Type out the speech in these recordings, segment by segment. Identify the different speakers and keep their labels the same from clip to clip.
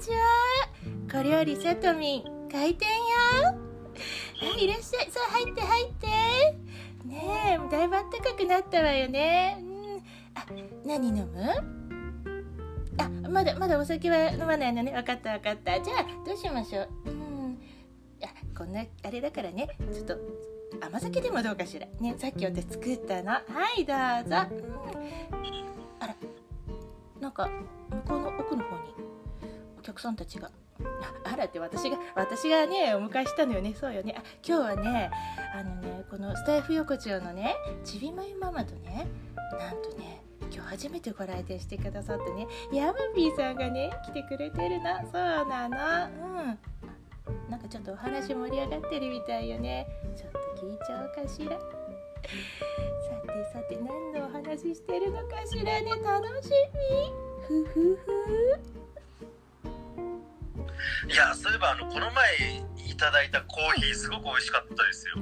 Speaker 1: ちは小料理さとみん開店よはいいらっしゃいさあ入って入ってねえだいぶあったかくなったわよねうんあ何飲むあまだまだお酒は飲まないのね分かった分かったじゃあどうしましょううんあこんなあれだからねちょっと甘酒でもどうかしらねさっき私作ったのはいどうぞ、うん、あらなんか向こうの奥の方にお客さんたちがああらって私が私がねお迎えしたのよねそうよねあ今日はねあのねこのスタイフ横丁のねちびまゆママとねなんとね今日初めてご来店してくださってねヤマピーさんがね来てくれてるのそうなのうんなんかちょっとお話盛り上がってるみたいよねちょっと聞いちゃおうかしらさてさて何のお話してるのかしらね楽しみふふふ
Speaker 2: いやそういえばあのこの前いただいたコーヒーすごく美味しかったですよ。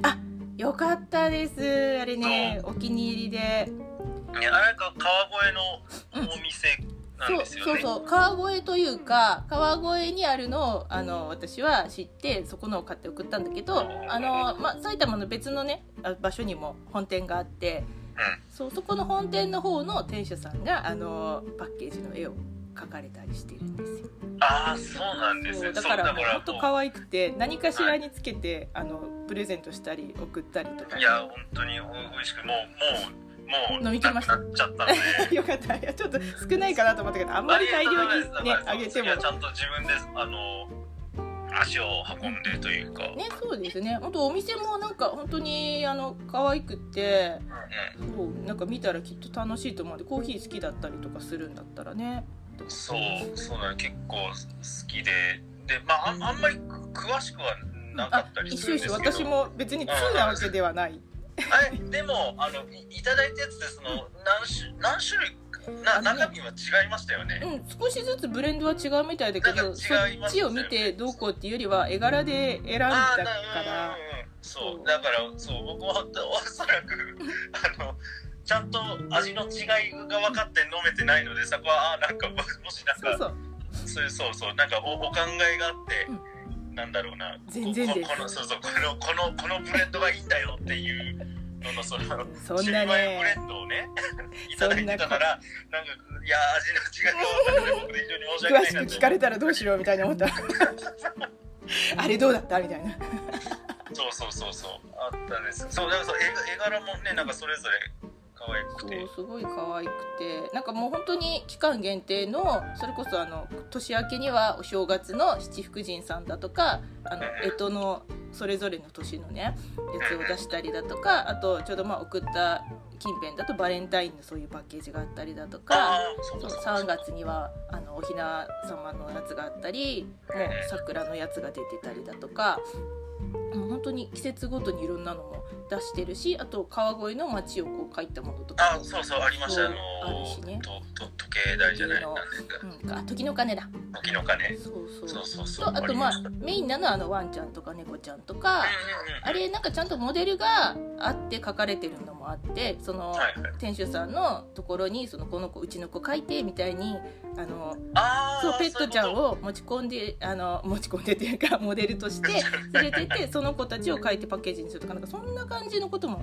Speaker 1: よかったですあれねお気に入りで
Speaker 2: いやあれか川越のお店なん
Speaker 1: そう
Speaker 2: ですよ
Speaker 1: そう
Speaker 2: ね。
Speaker 1: そう川越というか川越にあるのをあの私は知ってそこのを買って送ったんだけどあの、ま、埼玉の別のねあ場所にも本店があって、そうそこの本店の方の店主さんがあのパッケージの絵を描かれたりしてるんですよ
Speaker 2: ああそうなんです
Speaker 1: そ
Speaker 2: ね。
Speaker 1: うだからもう本
Speaker 2: そ
Speaker 1: 当
Speaker 2: うだからも
Speaker 1: 可愛くて何かしらにつけてあのプレゼントしたり送ったりとか
Speaker 2: ういや本当にお美味しくもうもうもう
Speaker 1: 飲み切りました
Speaker 2: なくなっちゃ ったんで。
Speaker 1: よかったいやちょっと少ないかなと思ったけどあんまり大量にねあげて
Speaker 2: い
Speaker 1: も
Speaker 2: やちゃんと自分であの足を運んでというか。
Speaker 1: ねそうですね本当お店もなんか本当にあの可愛くって
Speaker 2: う
Speaker 1: そうなんか見たらきっと楽しいと思うんでコーヒー好きだったりとかするんだったらね
Speaker 2: んそうそうなの結構好きででまああんあんまり詳しくはなか
Speaker 1: あ
Speaker 2: ったり
Speaker 1: 一
Speaker 2: する
Speaker 1: 緒
Speaker 2: ん
Speaker 1: 一
Speaker 2: で
Speaker 1: 緒
Speaker 2: すけど。
Speaker 1: 私も別に通なわけではない
Speaker 2: あれでもあのいいただいたやつでその何種何種類
Speaker 1: あ
Speaker 2: な
Speaker 1: のね
Speaker 2: 中身は違いましたよね。
Speaker 1: うん、少しずつブレンドは違うみたいだけ
Speaker 2: なん
Speaker 1: ど、
Speaker 2: か
Speaker 1: そっ
Speaker 2: 違います
Speaker 1: ち
Speaker 2: よ
Speaker 1: を
Speaker 2: ね
Speaker 1: 見てどうこうっていうよりは絵柄で選んだか
Speaker 2: あー
Speaker 1: ら
Speaker 2: うんうんうんそうだからそう僕は おおそらくあのちゃんと味の違いが分かって飲めてないのでそこはあーなんかももしなん
Speaker 1: そう
Speaker 2: か
Speaker 1: そう
Speaker 2: そういうそうそうなんかおお考えがあって。
Speaker 1: うん
Speaker 2: なんだろうなこ
Speaker 1: 全然です
Speaker 2: ここのそうそうこのこのこのブレンドがいいんだよっていうののその
Speaker 1: そんな
Speaker 2: シューマイブ
Speaker 1: ね
Speaker 2: レンドをね、いただいてたから、なんか、いや、味の違いが分からない僕で非常に申し訳
Speaker 1: 詳
Speaker 2: ない
Speaker 1: しく
Speaker 2: なと
Speaker 1: 聞かれたらどうしようみたいに思った あれどうだったみたいな
Speaker 2: そうそうそうそう、あったんです。そう、だからそう、絵絵柄もね、なんかそれぞれ可愛くて。
Speaker 1: そうすごい可愛くてなんかもう本当に期間限定のそれこそあの年明けにはお正月の七福神さんだとかあの干支のそれぞれの年のねやつを出したりだとかあとちょうどまあ送った近辺だとバレンタインのそういうパッケージがあったりだとか。
Speaker 2: ああ、そう
Speaker 1: そ
Speaker 2: か
Speaker 1: う
Speaker 2: そうか。
Speaker 1: 3月にはあのおひな様のやつがあったりもう桜のやつが出てたりだとかもう本当に季節ごとにいろんなのも出してるしあと川越の町をこう描いたものとか
Speaker 2: あ、そうそう、ありました。あの
Speaker 1: あるしね
Speaker 2: とと時計台じゃない、なんだっけ
Speaker 1: うん、あ時の鐘だ
Speaker 2: 時の鐘。
Speaker 1: そうそう
Speaker 2: そうそうそう。
Speaker 1: とあとまあ
Speaker 2: りした
Speaker 1: メインなのはあのワンちゃんとか猫ちゃんとか
Speaker 2: うんうんうん
Speaker 1: あれなんかちゃんとモデルがあって描かれてるのもあってその
Speaker 2: はいはい。
Speaker 1: 店主さんのところにそのこの子うちの子描いてみたいにあの
Speaker 2: ああ、
Speaker 1: そうペットちゃん
Speaker 2: を。
Speaker 1: を持ち込んであの持ち込んでというか モデルとして連れててその子たちを描いてパッケージにするとかなんかそんな感じのことも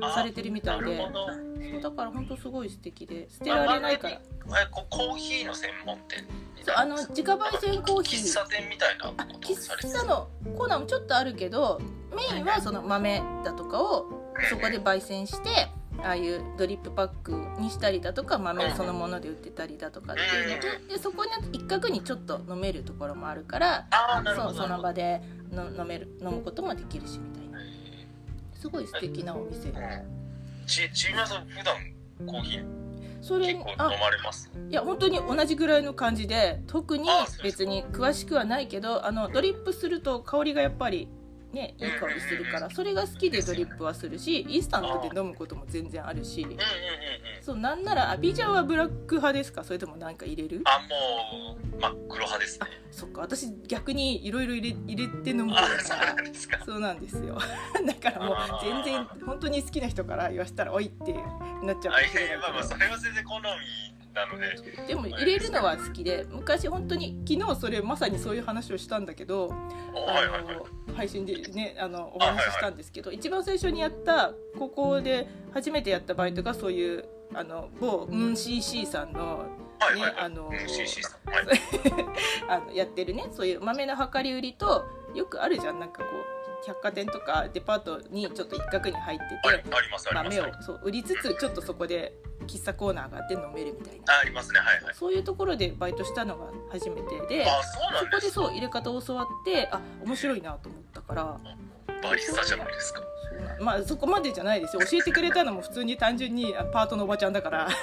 Speaker 2: あー
Speaker 1: されてるみたい
Speaker 2: な
Speaker 1: で
Speaker 2: るほど。
Speaker 1: そうだから本当すごい素敵で捨てられないから
Speaker 2: あれこコーヒーの専門店みた
Speaker 1: そう
Speaker 2: い
Speaker 1: あ
Speaker 2: な
Speaker 1: の自家焙煎コーヒ
Speaker 2: 喫
Speaker 1: ー
Speaker 2: 茶店みたいなこ
Speaker 1: あ
Speaker 2: とをされて
Speaker 1: 喫
Speaker 2: た
Speaker 1: 茶のコーナーもちょっとあるけどメインはその豆だとかをそこで焙煎してああいうドリップパックにしたりだとか豆そのもので売ってたりだとかっていうのででそこに一角にちょっと飲めるところもあるから
Speaker 2: ああなる
Speaker 1: そ
Speaker 2: ほ
Speaker 1: う
Speaker 2: ど
Speaker 1: そ
Speaker 2: な
Speaker 1: の
Speaker 2: るほど
Speaker 1: 場での飲める飲むこともできるしみたいなすごい素敵なお店
Speaker 2: うんちちみまさん普段コーヒー
Speaker 1: それ
Speaker 2: 結構飲
Speaker 1: あ
Speaker 2: まれます
Speaker 1: いや本当に同じぐらいの感じで特に
Speaker 2: あそうです
Speaker 1: 別に詳しくはないけどあのドリップすると香りがやっぱりねいい香りするからそれが好きでドリップはするしインスタントで飲むことも全然あるし
Speaker 2: うんうんうんうん
Speaker 1: そうなんならアビジャンはブラック派ですかそれともなんか入れる
Speaker 2: あもう真っ黒派ですね
Speaker 1: そっか私逆にいろいろ入れ入れて飲むから
Speaker 2: あそうなんですか
Speaker 1: そうなんですよ だからもう
Speaker 2: あー
Speaker 1: 全然本当に好きな人から言わしたら「おい」ってなっちゃうか
Speaker 2: あ
Speaker 1: も
Speaker 2: い
Speaker 1: しれ
Speaker 2: やまあま
Speaker 1: な
Speaker 2: あ
Speaker 1: い
Speaker 2: そ
Speaker 1: け
Speaker 2: れは全然好みなので
Speaker 1: でも入れるのは好きで昔本当に昨日それまさにそういう話をしたんだけど、あ
Speaker 2: あ
Speaker 1: の
Speaker 2: はいはいはい
Speaker 1: 配信でねあのお話ししたんですけど、一番最初にやった高校で初めてやったバイトがそういうあの某うん CC さんの
Speaker 2: はいはい
Speaker 1: ね
Speaker 2: はい
Speaker 1: あの
Speaker 2: うん CC さんはい
Speaker 1: あのやってるねそういう豆の量り売りとよくあるじゃんなんかこう百貨店とかデパートにちょっと一角に入ってて、
Speaker 2: はいありますあります
Speaker 1: 豆をそう売りつつちょっとそこで喫茶コーナーがあって飲めるみたいな
Speaker 2: あありますねはいはい
Speaker 1: そういうところでバイトしたのが初めてで
Speaker 2: あそうな
Speaker 1: そ
Speaker 2: ん
Speaker 1: こ
Speaker 2: で
Speaker 1: ですそう入れ方を教わってあ面白いなと思ったから
Speaker 2: バリスタじゃないですか
Speaker 1: まあそこまでじゃないですよ教えてくれたのも普通に単純にあパートのおばちゃんだから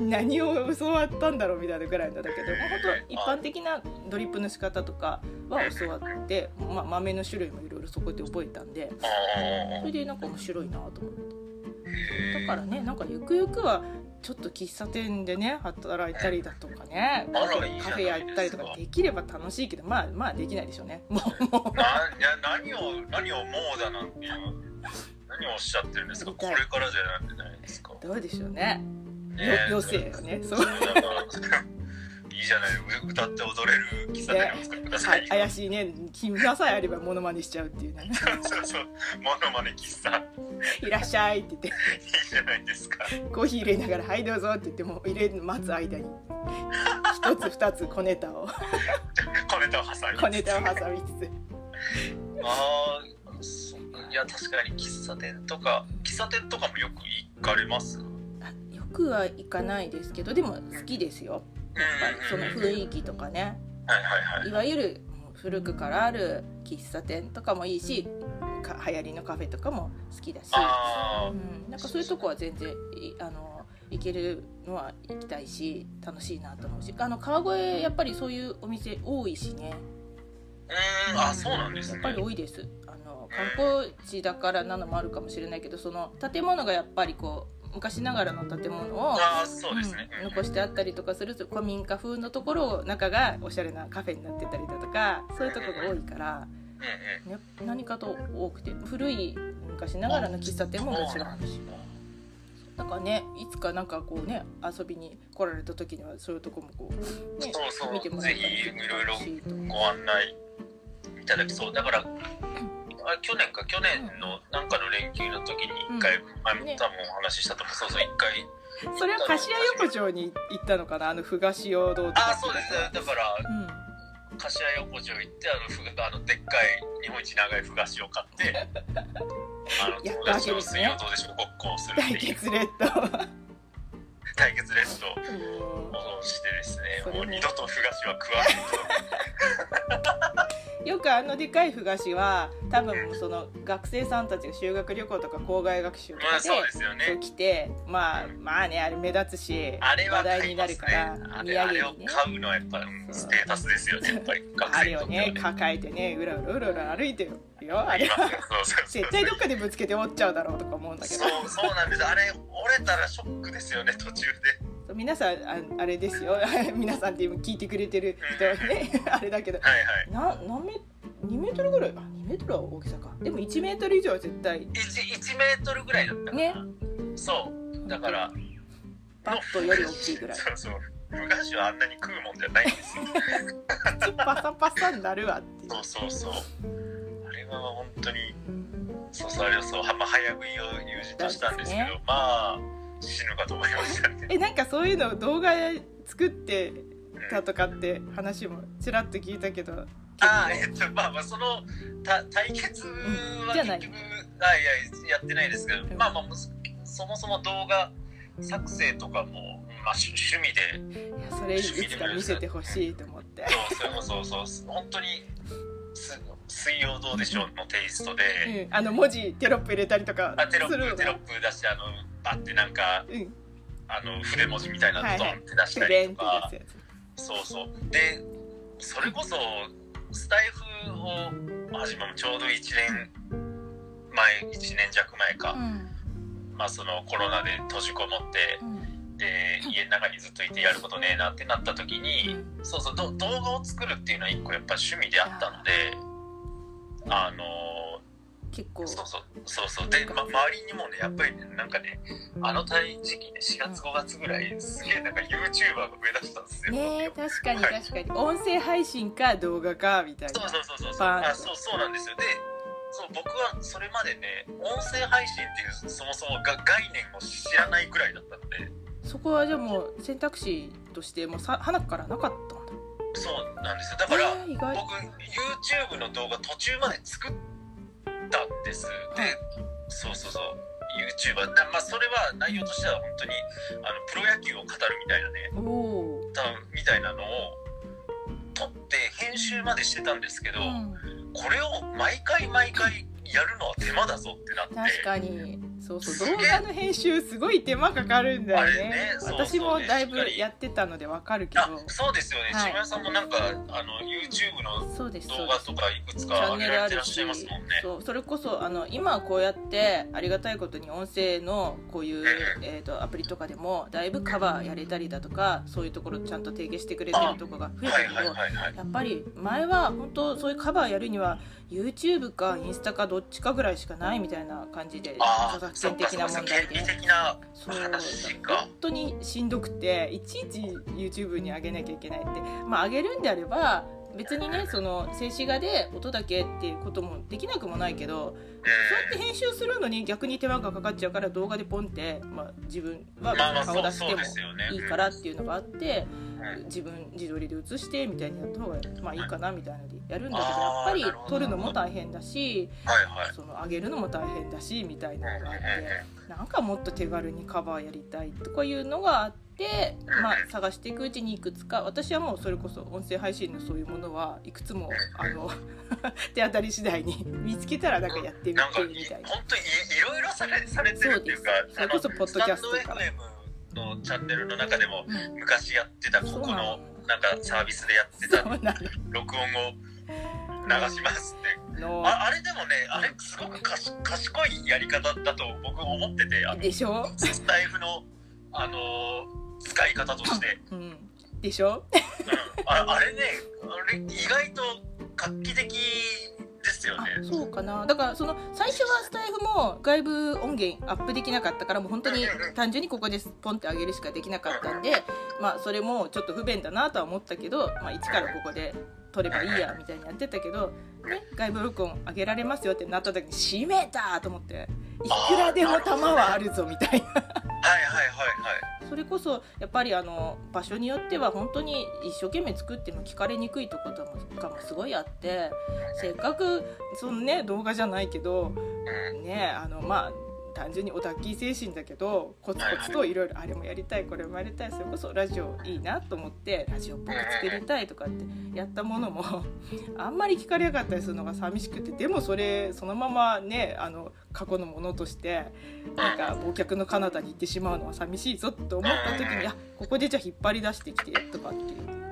Speaker 1: 何を教わったんだろうみたいなぐらいなんだけどもう本当一般的なドリップの仕方とかは教わって、まあ、豆の種類もいろいろそこで覚えたんで
Speaker 2: あ
Speaker 1: そ
Speaker 2: あ
Speaker 1: れでなんか面白いなと思ってだ
Speaker 2: へ
Speaker 1: からねなんかゆくゆくはちょっと喫茶店でね働いたりだとかね
Speaker 2: あ
Speaker 1: カフ
Speaker 2: らいいじゃないですか
Speaker 1: ェやったりとかできれば楽しいけどまあまあできないでしょうねもうもう
Speaker 2: えない や何を何をもうだなんていう何をおっしゃってるんですかこれからじゃなくてないですか
Speaker 1: どうでしょうね。
Speaker 2: ね
Speaker 1: よ余生がね、 そう、
Speaker 2: だからいいじゃない歌って踊れる喫茶店を作ってくださ
Speaker 1: はいい、怪しいね、暇さえあればモノマネしちゃうっていうね。
Speaker 2: そうそうモノマネ喫茶
Speaker 1: いらっしゃいって言っ
Speaker 2: いいじゃないですか
Speaker 1: て、コーヒー入れながら、はいどうぞって言っても、入れる待つ間に。一つ二つ小ネタを、
Speaker 2: 小ネタを挟み
Speaker 1: 小ネタを挟みつつ。
Speaker 2: ああそういや確かに喫茶店とか喫茶店とかもよく行かれますうん
Speaker 1: あよくは行かないですけど、でも好きですよ。やっぱりその雰囲気とかね、
Speaker 2: はいはいはい
Speaker 1: いわゆる古くからある喫茶店とかもいいし。か流行りのカフェとかも好きだし。
Speaker 2: あ
Speaker 1: うん、なんかそういうとこは全然いあの行けるのは行きたいし楽しいなと思うしあの川越やっぱりそういうお店多いしね
Speaker 2: あうーんあそうなんです
Speaker 1: や
Speaker 2: ね
Speaker 1: っぱり多いですあの観光地だからなのもあるかもしれないけどその建物がやっぱりこう昔ながらの建物を、
Speaker 2: ああそうですね、
Speaker 1: うん
Speaker 2: うん
Speaker 1: 残してあったりとかすると古民家風のところを中がおしゃれなカフェになってたりだとかそういうところが多いから、
Speaker 2: うんうん
Speaker 1: ね、何かと多くて古い昔ながらの喫茶店ももちろんあるし。なんかねいつかなんかこうね遊びに来られた時にはそういうとこもこう、ね、
Speaker 2: そうそう
Speaker 1: 見てもらえたら
Speaker 2: ぜひいろいろ
Speaker 1: 楽しと思う
Speaker 2: ご案内いただきそうだからあ去年か去年のなんかの連休の時に一回、前も多分お話ししたと思うそうそう一回
Speaker 1: それは柏横丁に行ったのかなあのふがし用堂とか
Speaker 2: ああそうですだから
Speaker 1: うん
Speaker 2: 柏横丁行ってあのふがあのでっかい日本一長いふ菓子を買ってあ の
Speaker 1: やっ
Speaker 2: 友
Speaker 1: たわ
Speaker 2: 達
Speaker 1: けで
Speaker 2: と
Speaker 1: す
Speaker 2: 水
Speaker 1: ね
Speaker 2: 曜どうでしょうごっこをする
Speaker 1: 大
Speaker 2: っていう
Speaker 1: 決レッド
Speaker 2: 対決レッド
Speaker 1: も
Speaker 2: をしてです
Speaker 1: そ
Speaker 2: ね
Speaker 1: れも
Speaker 2: もう二度とふ菓子は食わないと
Speaker 1: うよくあのでかいふがしは多分もうその学生さんたちが修学旅行とか校外学習と
Speaker 2: ま
Speaker 1: か
Speaker 2: あ
Speaker 1: で
Speaker 2: そうですよ
Speaker 1: そう
Speaker 2: ね
Speaker 1: 来てまあまあねあれ目立つし
Speaker 2: あれ
Speaker 1: 話
Speaker 2: は買
Speaker 1: 題に
Speaker 2: い
Speaker 1: な
Speaker 2: ま
Speaker 1: る
Speaker 2: す
Speaker 1: か
Speaker 2: ね
Speaker 1: ら
Speaker 2: あ
Speaker 1: 土
Speaker 2: れあれを
Speaker 1: 産にね
Speaker 2: 買うのはやっぱうん
Speaker 1: そう
Speaker 2: ステータスですよねやっぱり学
Speaker 1: あ
Speaker 2: 生
Speaker 1: れ
Speaker 2: にと
Speaker 1: を
Speaker 2: っては
Speaker 1: ね
Speaker 2: ね
Speaker 1: 抱えてねうらうらうらうら歩いてるよあれ
Speaker 2: 今
Speaker 1: は
Speaker 2: そう そうそう
Speaker 1: 絶対どっかでぶつけて折っちゃうだろうとか思うんだけど
Speaker 2: そうそうなんですあれ折れたらショックですよね途中で
Speaker 1: そう皆さんああれですよ 皆さんって今聞いてくれてる人はねあれだけど
Speaker 2: はいはい
Speaker 1: な何メ2メートルぐらいあ2メートルは大きさかでも1メートル以上は絶対
Speaker 2: 1, 1メートルぐらいだったかな
Speaker 1: ね
Speaker 2: そうだから
Speaker 1: バットより大きいぐらい
Speaker 2: そうそう昔はあんなに食うもんじゃないんですよ
Speaker 1: 口パサパサになるわっていう
Speaker 2: そうそうそうあれは本当にそうそうあれはそう、まあ、早食いを友人としたんですけど
Speaker 1: そう
Speaker 2: まあ死ぬかと思いましたね
Speaker 1: えなんかそういうの動画作って
Speaker 2: うん
Speaker 1: たとかって話もちらっと聞いたけど
Speaker 2: ああえっと まあまあそのた対決は
Speaker 1: じゃない
Speaker 2: 結局あいややってないですけど、
Speaker 1: ん
Speaker 2: まあまあむずそもそも動画作成とかも、まあ、趣趣味で
Speaker 1: いやそれいつか見せてほしいと思って
Speaker 2: そうそうそうそう本当にす水曜どうでしょうのテイストで、
Speaker 1: うんあの文字テロップ入れたりとか
Speaker 2: あテロッ
Speaker 1: する
Speaker 2: プ
Speaker 1: の
Speaker 2: テロップ出してあのバってなんか
Speaker 1: うん
Speaker 2: あの筆文字みたいな
Speaker 1: は
Speaker 2: の
Speaker 1: い
Speaker 2: ドン
Speaker 1: はい
Speaker 2: って出し
Speaker 1: ペ
Speaker 2: た
Speaker 1: レ
Speaker 2: り
Speaker 1: ンっ
Speaker 2: と
Speaker 1: て
Speaker 2: か、
Speaker 1: 出すや
Speaker 2: そうそうでそれこそスタイフを始めもちょうど1年前1年弱前か、
Speaker 3: うん
Speaker 2: まあそのコロナで閉じこもって
Speaker 3: うん
Speaker 2: で家の中にずっといてやることねえなってなった時に、そうそうど動画を作るっていうのは一個やっぱ趣味であったのであの
Speaker 1: 結構
Speaker 2: そうそうそうそうで、ま、周りにもねやっぱりねなんかねあの時期ね4月5月ぐらいすげえなんか YouTuber が増えだしたんですよ。
Speaker 1: ねえ確かに確かに音声配信か動画かみたい
Speaker 2: そう
Speaker 1: な
Speaker 2: そうそうそうそう
Speaker 1: パーン
Speaker 2: あそうそうなんですよでそう僕はそれまでね音声配信っていうそもそもが概念を知らないぐらいだったので
Speaker 1: そこはじゃあもう選択肢としてもうさ花からなかったんだ
Speaker 2: そうなんですよだから、
Speaker 1: えー意外
Speaker 2: 僕 YouTube の動画途中まで作ったんですで、
Speaker 1: はい
Speaker 2: そうそうそう YouTuber だまあそれは内容としては本当にあのプロ野球を語るみたいなね
Speaker 1: おお
Speaker 2: 多分みたいなのを撮って編集までしてたんですけど、
Speaker 1: ー、うん、
Speaker 2: これを毎回毎回やるのは手間だぞってなって
Speaker 1: 確かにそうそう動画の編集すごい手間かかるんだよね
Speaker 2: あれねそうそう
Speaker 1: 私もだいぶ
Speaker 2: しっかり
Speaker 1: やってたのでわかるけ
Speaker 2: あ
Speaker 1: ど
Speaker 2: そうですよね、
Speaker 1: はい
Speaker 2: 島屋さんもなんかあの YouTube の
Speaker 1: そうですそ
Speaker 2: 動
Speaker 1: うで
Speaker 2: 画
Speaker 1: す
Speaker 2: とかいくつ
Speaker 1: チャ
Speaker 2: か
Speaker 1: ン
Speaker 2: 上げ
Speaker 1: ネル
Speaker 2: ら
Speaker 1: あ
Speaker 2: れてら
Speaker 1: る
Speaker 2: っし
Speaker 1: し
Speaker 2: ゃいますもんね
Speaker 1: そうそれこそあの今こうやってありがたいことに音声のこういう、えー、とアプリとかでもだいぶカバーやれたりだとかそういうところちゃんと提携してくれてるとこが増え
Speaker 2: は
Speaker 1: た
Speaker 2: い
Speaker 1: け
Speaker 2: はい
Speaker 1: ど。
Speaker 2: はいはい
Speaker 1: やっぱり前は本当そういうカバーやるには YouTube かインスタかどっちかぐらいしかないみたいな感じで
Speaker 2: あ
Speaker 1: 著
Speaker 2: あ
Speaker 1: 作
Speaker 2: そ
Speaker 1: 権的な
Speaker 2: っかそっか
Speaker 1: 問
Speaker 2: 原
Speaker 1: 題
Speaker 2: 理
Speaker 1: で
Speaker 2: 的な
Speaker 1: そう
Speaker 2: 話
Speaker 1: 本
Speaker 2: か
Speaker 1: 当にしんどくていちいち YouTube に上げなきゃいけないってまあ上げるんであれば別にねその静止画で音だけっていうこともできなくもないけどそうやって編集するのに逆に手間がかかっちゃうから動画でポンって、まあ、自分は
Speaker 2: まあまあ
Speaker 1: 顔出
Speaker 2: そう
Speaker 1: して
Speaker 2: そう
Speaker 1: も
Speaker 2: ですよね
Speaker 1: いいからっていうのがあって
Speaker 2: うん
Speaker 1: 自分自撮りで写してみたいにやった方がまあいいかなみたいなのでやるんだ
Speaker 2: あー
Speaker 1: けどや
Speaker 2: な
Speaker 1: っ
Speaker 2: る
Speaker 1: ぱ
Speaker 2: ほ
Speaker 1: り
Speaker 2: ど
Speaker 1: 撮るのも大変だし
Speaker 2: はいはい
Speaker 1: その上げるのも大変だしみたいなのがあっ
Speaker 2: うんうんうん
Speaker 1: て。なんかもっと手軽にカバーやりたいとかいうのがあって、まあ、探していくうちにいくつか私はもうそれこそ音声配信のそういうものはいくつもあの 手当たり次第に 見つけたらなんかやってみ
Speaker 2: なんか
Speaker 1: て
Speaker 2: い
Speaker 1: みたいな。
Speaker 2: 本当にいいろいろされされてるっていうか
Speaker 1: そうですそれこそ
Speaker 2: あの
Speaker 1: ポッドキャスト
Speaker 2: ス
Speaker 1: か
Speaker 2: タン
Speaker 1: ら
Speaker 2: ド FM のチャンネルの中でも
Speaker 1: うん
Speaker 2: 昔やってたここのなんかサービスでやって
Speaker 1: そ
Speaker 2: た
Speaker 1: うな
Speaker 2: 録音を流しますって
Speaker 1: の
Speaker 2: ああれでもねあれすごくかし賢いやり方だと僕思っててあの
Speaker 1: でしょ、
Speaker 2: スタイフの、あのー使い方として、
Speaker 1: うん、でしょ
Speaker 2: うん、 ああれねあれ意外と画期的ですよ
Speaker 1: あ
Speaker 2: ね。
Speaker 1: そうかなだからその最初はスタイフも外部音源アップできなかったからもう本当に単純にここでポンって上げるしかできなかったんでまあそれもちょっと不便だなとは思ったけど、まあ、一からここで撮ればいいやみたいにやってたけど、ね、外部録音上げられますよってなった時に「閉めた!」と思っていくらでも弾はあるぞみたいな。
Speaker 2: はいはいはいはい。
Speaker 1: それこそやっぱりあの場所によっては本当に一生懸命作っても聞かれにくいとことかもすごいあってせっかくそのね動画じゃないけど
Speaker 2: うん
Speaker 1: ねあのまあ単純にオタッキー精神だけどコツコツといろいろあれもやりたいこれもやりたいそれこそラジオいいなと思ってラジオっぽく作りたいとかってやったものも あんまり聞かれなかったりするのが寂しくてでもそれそのままねあの過去のものとしてなんか忘却の彼方に行ってしまうのは寂しいぞと思った時にあここでじゃあ引っ張り出してきてとかっていう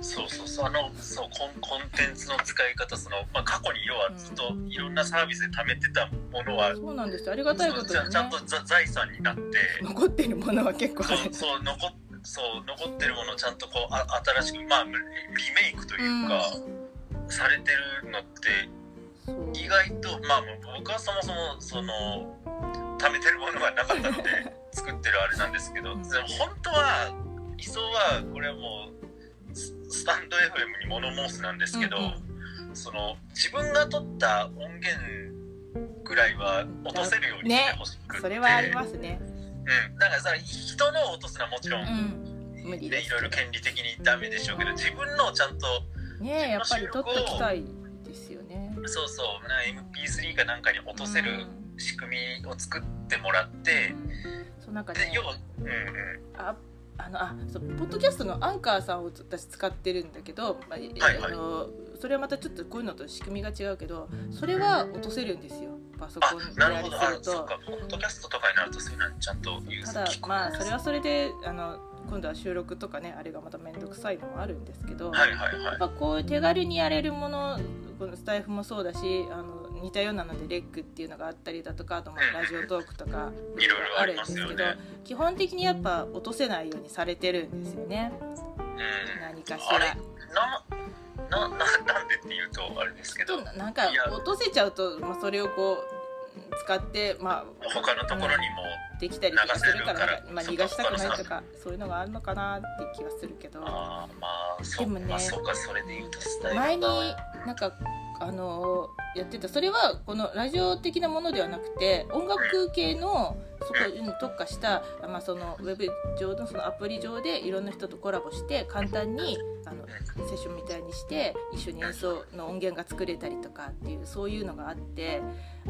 Speaker 2: そうそうそうあのそうコンコンテンツの使い方その、まあ、過去に要はずっといろんなサービスで貯めてたものは、
Speaker 1: そうなんですよありがたいこ
Speaker 2: そう
Speaker 1: と
Speaker 2: ち
Speaker 1: に
Speaker 2: ゃ
Speaker 1: ね
Speaker 2: ちゃんとざ財産になって
Speaker 1: 残ってるものは結構あ
Speaker 2: そう
Speaker 1: る
Speaker 2: そう残っそう残ってるものをちゃんとこうあ新しく、まあ、リリメイクというか、されてるのって
Speaker 1: そう
Speaker 2: 意外とまあ僕はそもそもその貯めてるものがなかったので 作ってるあれなんですけどでも本当は理想はこれはもうススタンド FM に物申すなんですけど。
Speaker 1: うんうん
Speaker 2: その自分が取った音源ぐらいは落とせるようにしてほしくて、
Speaker 1: それはありますね。
Speaker 2: うん、だからさ人のを落とすのはもちろん、
Speaker 1: うん。無
Speaker 2: ね
Speaker 1: 理
Speaker 2: い
Speaker 1: です
Speaker 2: ろいろ権利的にダメでしょうけど自分のをちゃんと
Speaker 1: ねえ、やっぱり取っときたいですよね。
Speaker 2: そうそうな MP3 かなんかに落とせる仕組みを作ってもらって
Speaker 1: うん。そうなんか
Speaker 2: で
Speaker 1: ね、
Speaker 2: 要は、うんうん、
Speaker 1: あ、あのあ、そうポッドキャストのアンカーさんを私使ってるんだけど、まあえ
Speaker 2: はいはい
Speaker 1: あのそれはまたちょっとこういうのと仕組みが違うけど、それは落とせるんですよ。パソコ
Speaker 2: あ
Speaker 1: ンで
Speaker 2: なる
Speaker 1: や
Speaker 2: ほ
Speaker 1: り
Speaker 2: ど
Speaker 1: す
Speaker 2: あ
Speaker 1: る
Speaker 2: そ
Speaker 1: と
Speaker 2: っ。かポッドキャストとかになるとそういうのにちゃんと言う
Speaker 1: ただ
Speaker 2: 聞く
Speaker 1: まあそれはそれであの今度は収録とかねあれがまた面倒くさいのもあるんですけど、
Speaker 2: はいはいは
Speaker 1: やっ
Speaker 2: い
Speaker 1: ぱこう手軽にやれるものこのスタイフもそうだしあの似たようなのでレックっていうのがあったりだとかあとまあラジオトークとか
Speaker 2: いろいろあ
Speaker 1: ある
Speaker 2: り
Speaker 1: んで
Speaker 2: ますす
Speaker 1: けど
Speaker 2: よね
Speaker 1: 基本的にやっぱ落とせないようにされてるんですよね
Speaker 2: うん
Speaker 1: 何かし
Speaker 2: あれ
Speaker 1: ら。
Speaker 2: ななななんでっていうとあれですけ
Speaker 1: ちょ
Speaker 2: ど
Speaker 1: っとなんか
Speaker 2: いや
Speaker 1: 落とせちゃうと、まあ、それをこう使って、ま
Speaker 2: 他のところにも、
Speaker 1: あ、できたりするから
Speaker 2: 流せるから
Speaker 1: まあ、逃がしたくないとかそういうのがあるのかなって気がするけど
Speaker 2: ああまあそ,、
Speaker 1: でもね
Speaker 2: まあ、そうかそれで言うとスタイル
Speaker 1: 前に
Speaker 2: が
Speaker 1: なんかあのやってたそれはこのラジオ的なものではなくて音楽系のそういうのに特化した、まあ、そのウェブ上のそのアプリ上でいろんな人とコラボして簡単にあのセッションみたいにして一緒に演奏の音源が作れたりとかっていうそういうのがあって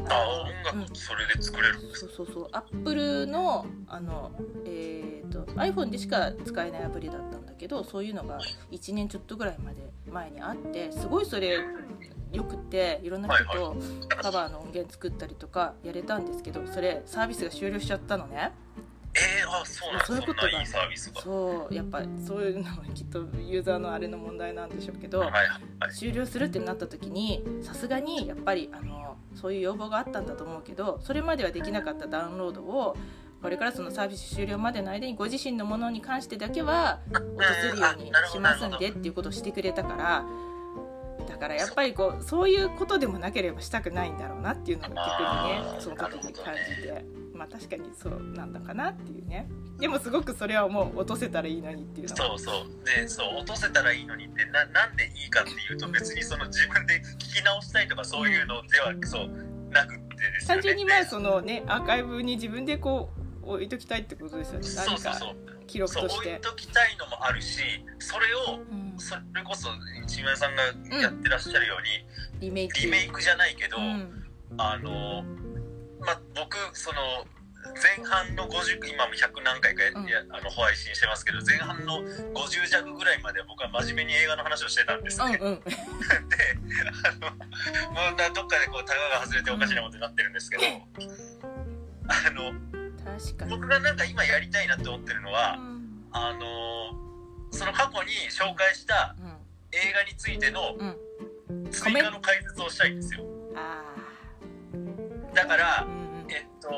Speaker 2: ああ
Speaker 1: う
Speaker 2: 音
Speaker 1: ん
Speaker 2: 楽それで作れるんで
Speaker 1: そ
Speaker 2: す
Speaker 1: うそうそうアップルのあの、えー、と iPhone でしか使えないアプリだったんだけどそういうのが1年ちょっとぐらいまで前にあってすごいそれよくていろんな人とカバーの音源作ったりとかやれたんですけどそれサービスが終了しちゃったのね
Speaker 2: えー、あそうなんだ
Speaker 1: そ
Speaker 2: そう
Speaker 1: いうこ
Speaker 2: ん
Speaker 1: とだ
Speaker 2: ないいサービスが
Speaker 1: そうやっぱそういうのはきっとユーザーのあれの問題なんでしょうけど
Speaker 2: はいはい
Speaker 1: 終了するってなった時にさすがにやっぱりあのそういう要望があったんだと思うけどそれまではできなかったダウンロードをこれからそのサービス終了までの間にご自身のものに関してだけは落とせるようにしますんでっていうことをしてくれたからだからやっぱりこうそういうことでもなければしたくないんだろうなっていうのが逆に
Speaker 2: あ
Speaker 1: ね
Speaker 2: ー
Speaker 1: その時に感じて
Speaker 2: な。
Speaker 1: まあ確かにそうなんだかなっていうねでもすごくそれはもう落とせたらいいのにっていうのは
Speaker 2: そうそうでそう落とせたらいいのにってななんでいいかっていうと別にその自分で聞き直したいとかそういうのではそうなくってです
Speaker 1: 単
Speaker 2: よね
Speaker 1: 純にまあそのねアーカイブに自分でこう置いときたいってことですよね
Speaker 2: そう
Speaker 1: 何
Speaker 2: そ
Speaker 1: か
Speaker 2: うそう
Speaker 1: 記録
Speaker 2: そう
Speaker 1: とし
Speaker 2: 置い
Speaker 1: て
Speaker 2: ときたいのもあるしそれを
Speaker 1: うん
Speaker 2: それこそ一村さんがやってらっしゃるよう
Speaker 1: リメイク
Speaker 2: に、リメイクじゃないけど、
Speaker 1: うん
Speaker 2: あのまあ僕その前半の50今も100何回かや、
Speaker 1: うん
Speaker 2: やあの配信してますけど前半の50弱ぐらいまでは僕は真面目に映画の話をしてたんですね、
Speaker 1: うんうん
Speaker 2: であのもうなどっかでこうタガが外れておかしなことになってるんですけど、あの
Speaker 1: 確かに
Speaker 2: 僕がなんか今やりたいなって思ってるの
Speaker 1: う
Speaker 2: は
Speaker 1: ん
Speaker 2: あのその過去に紹介した映画についての
Speaker 1: うん
Speaker 2: 追加の解説をしたいんですよ
Speaker 1: うんあ
Speaker 2: だから
Speaker 1: あうん
Speaker 2: えっと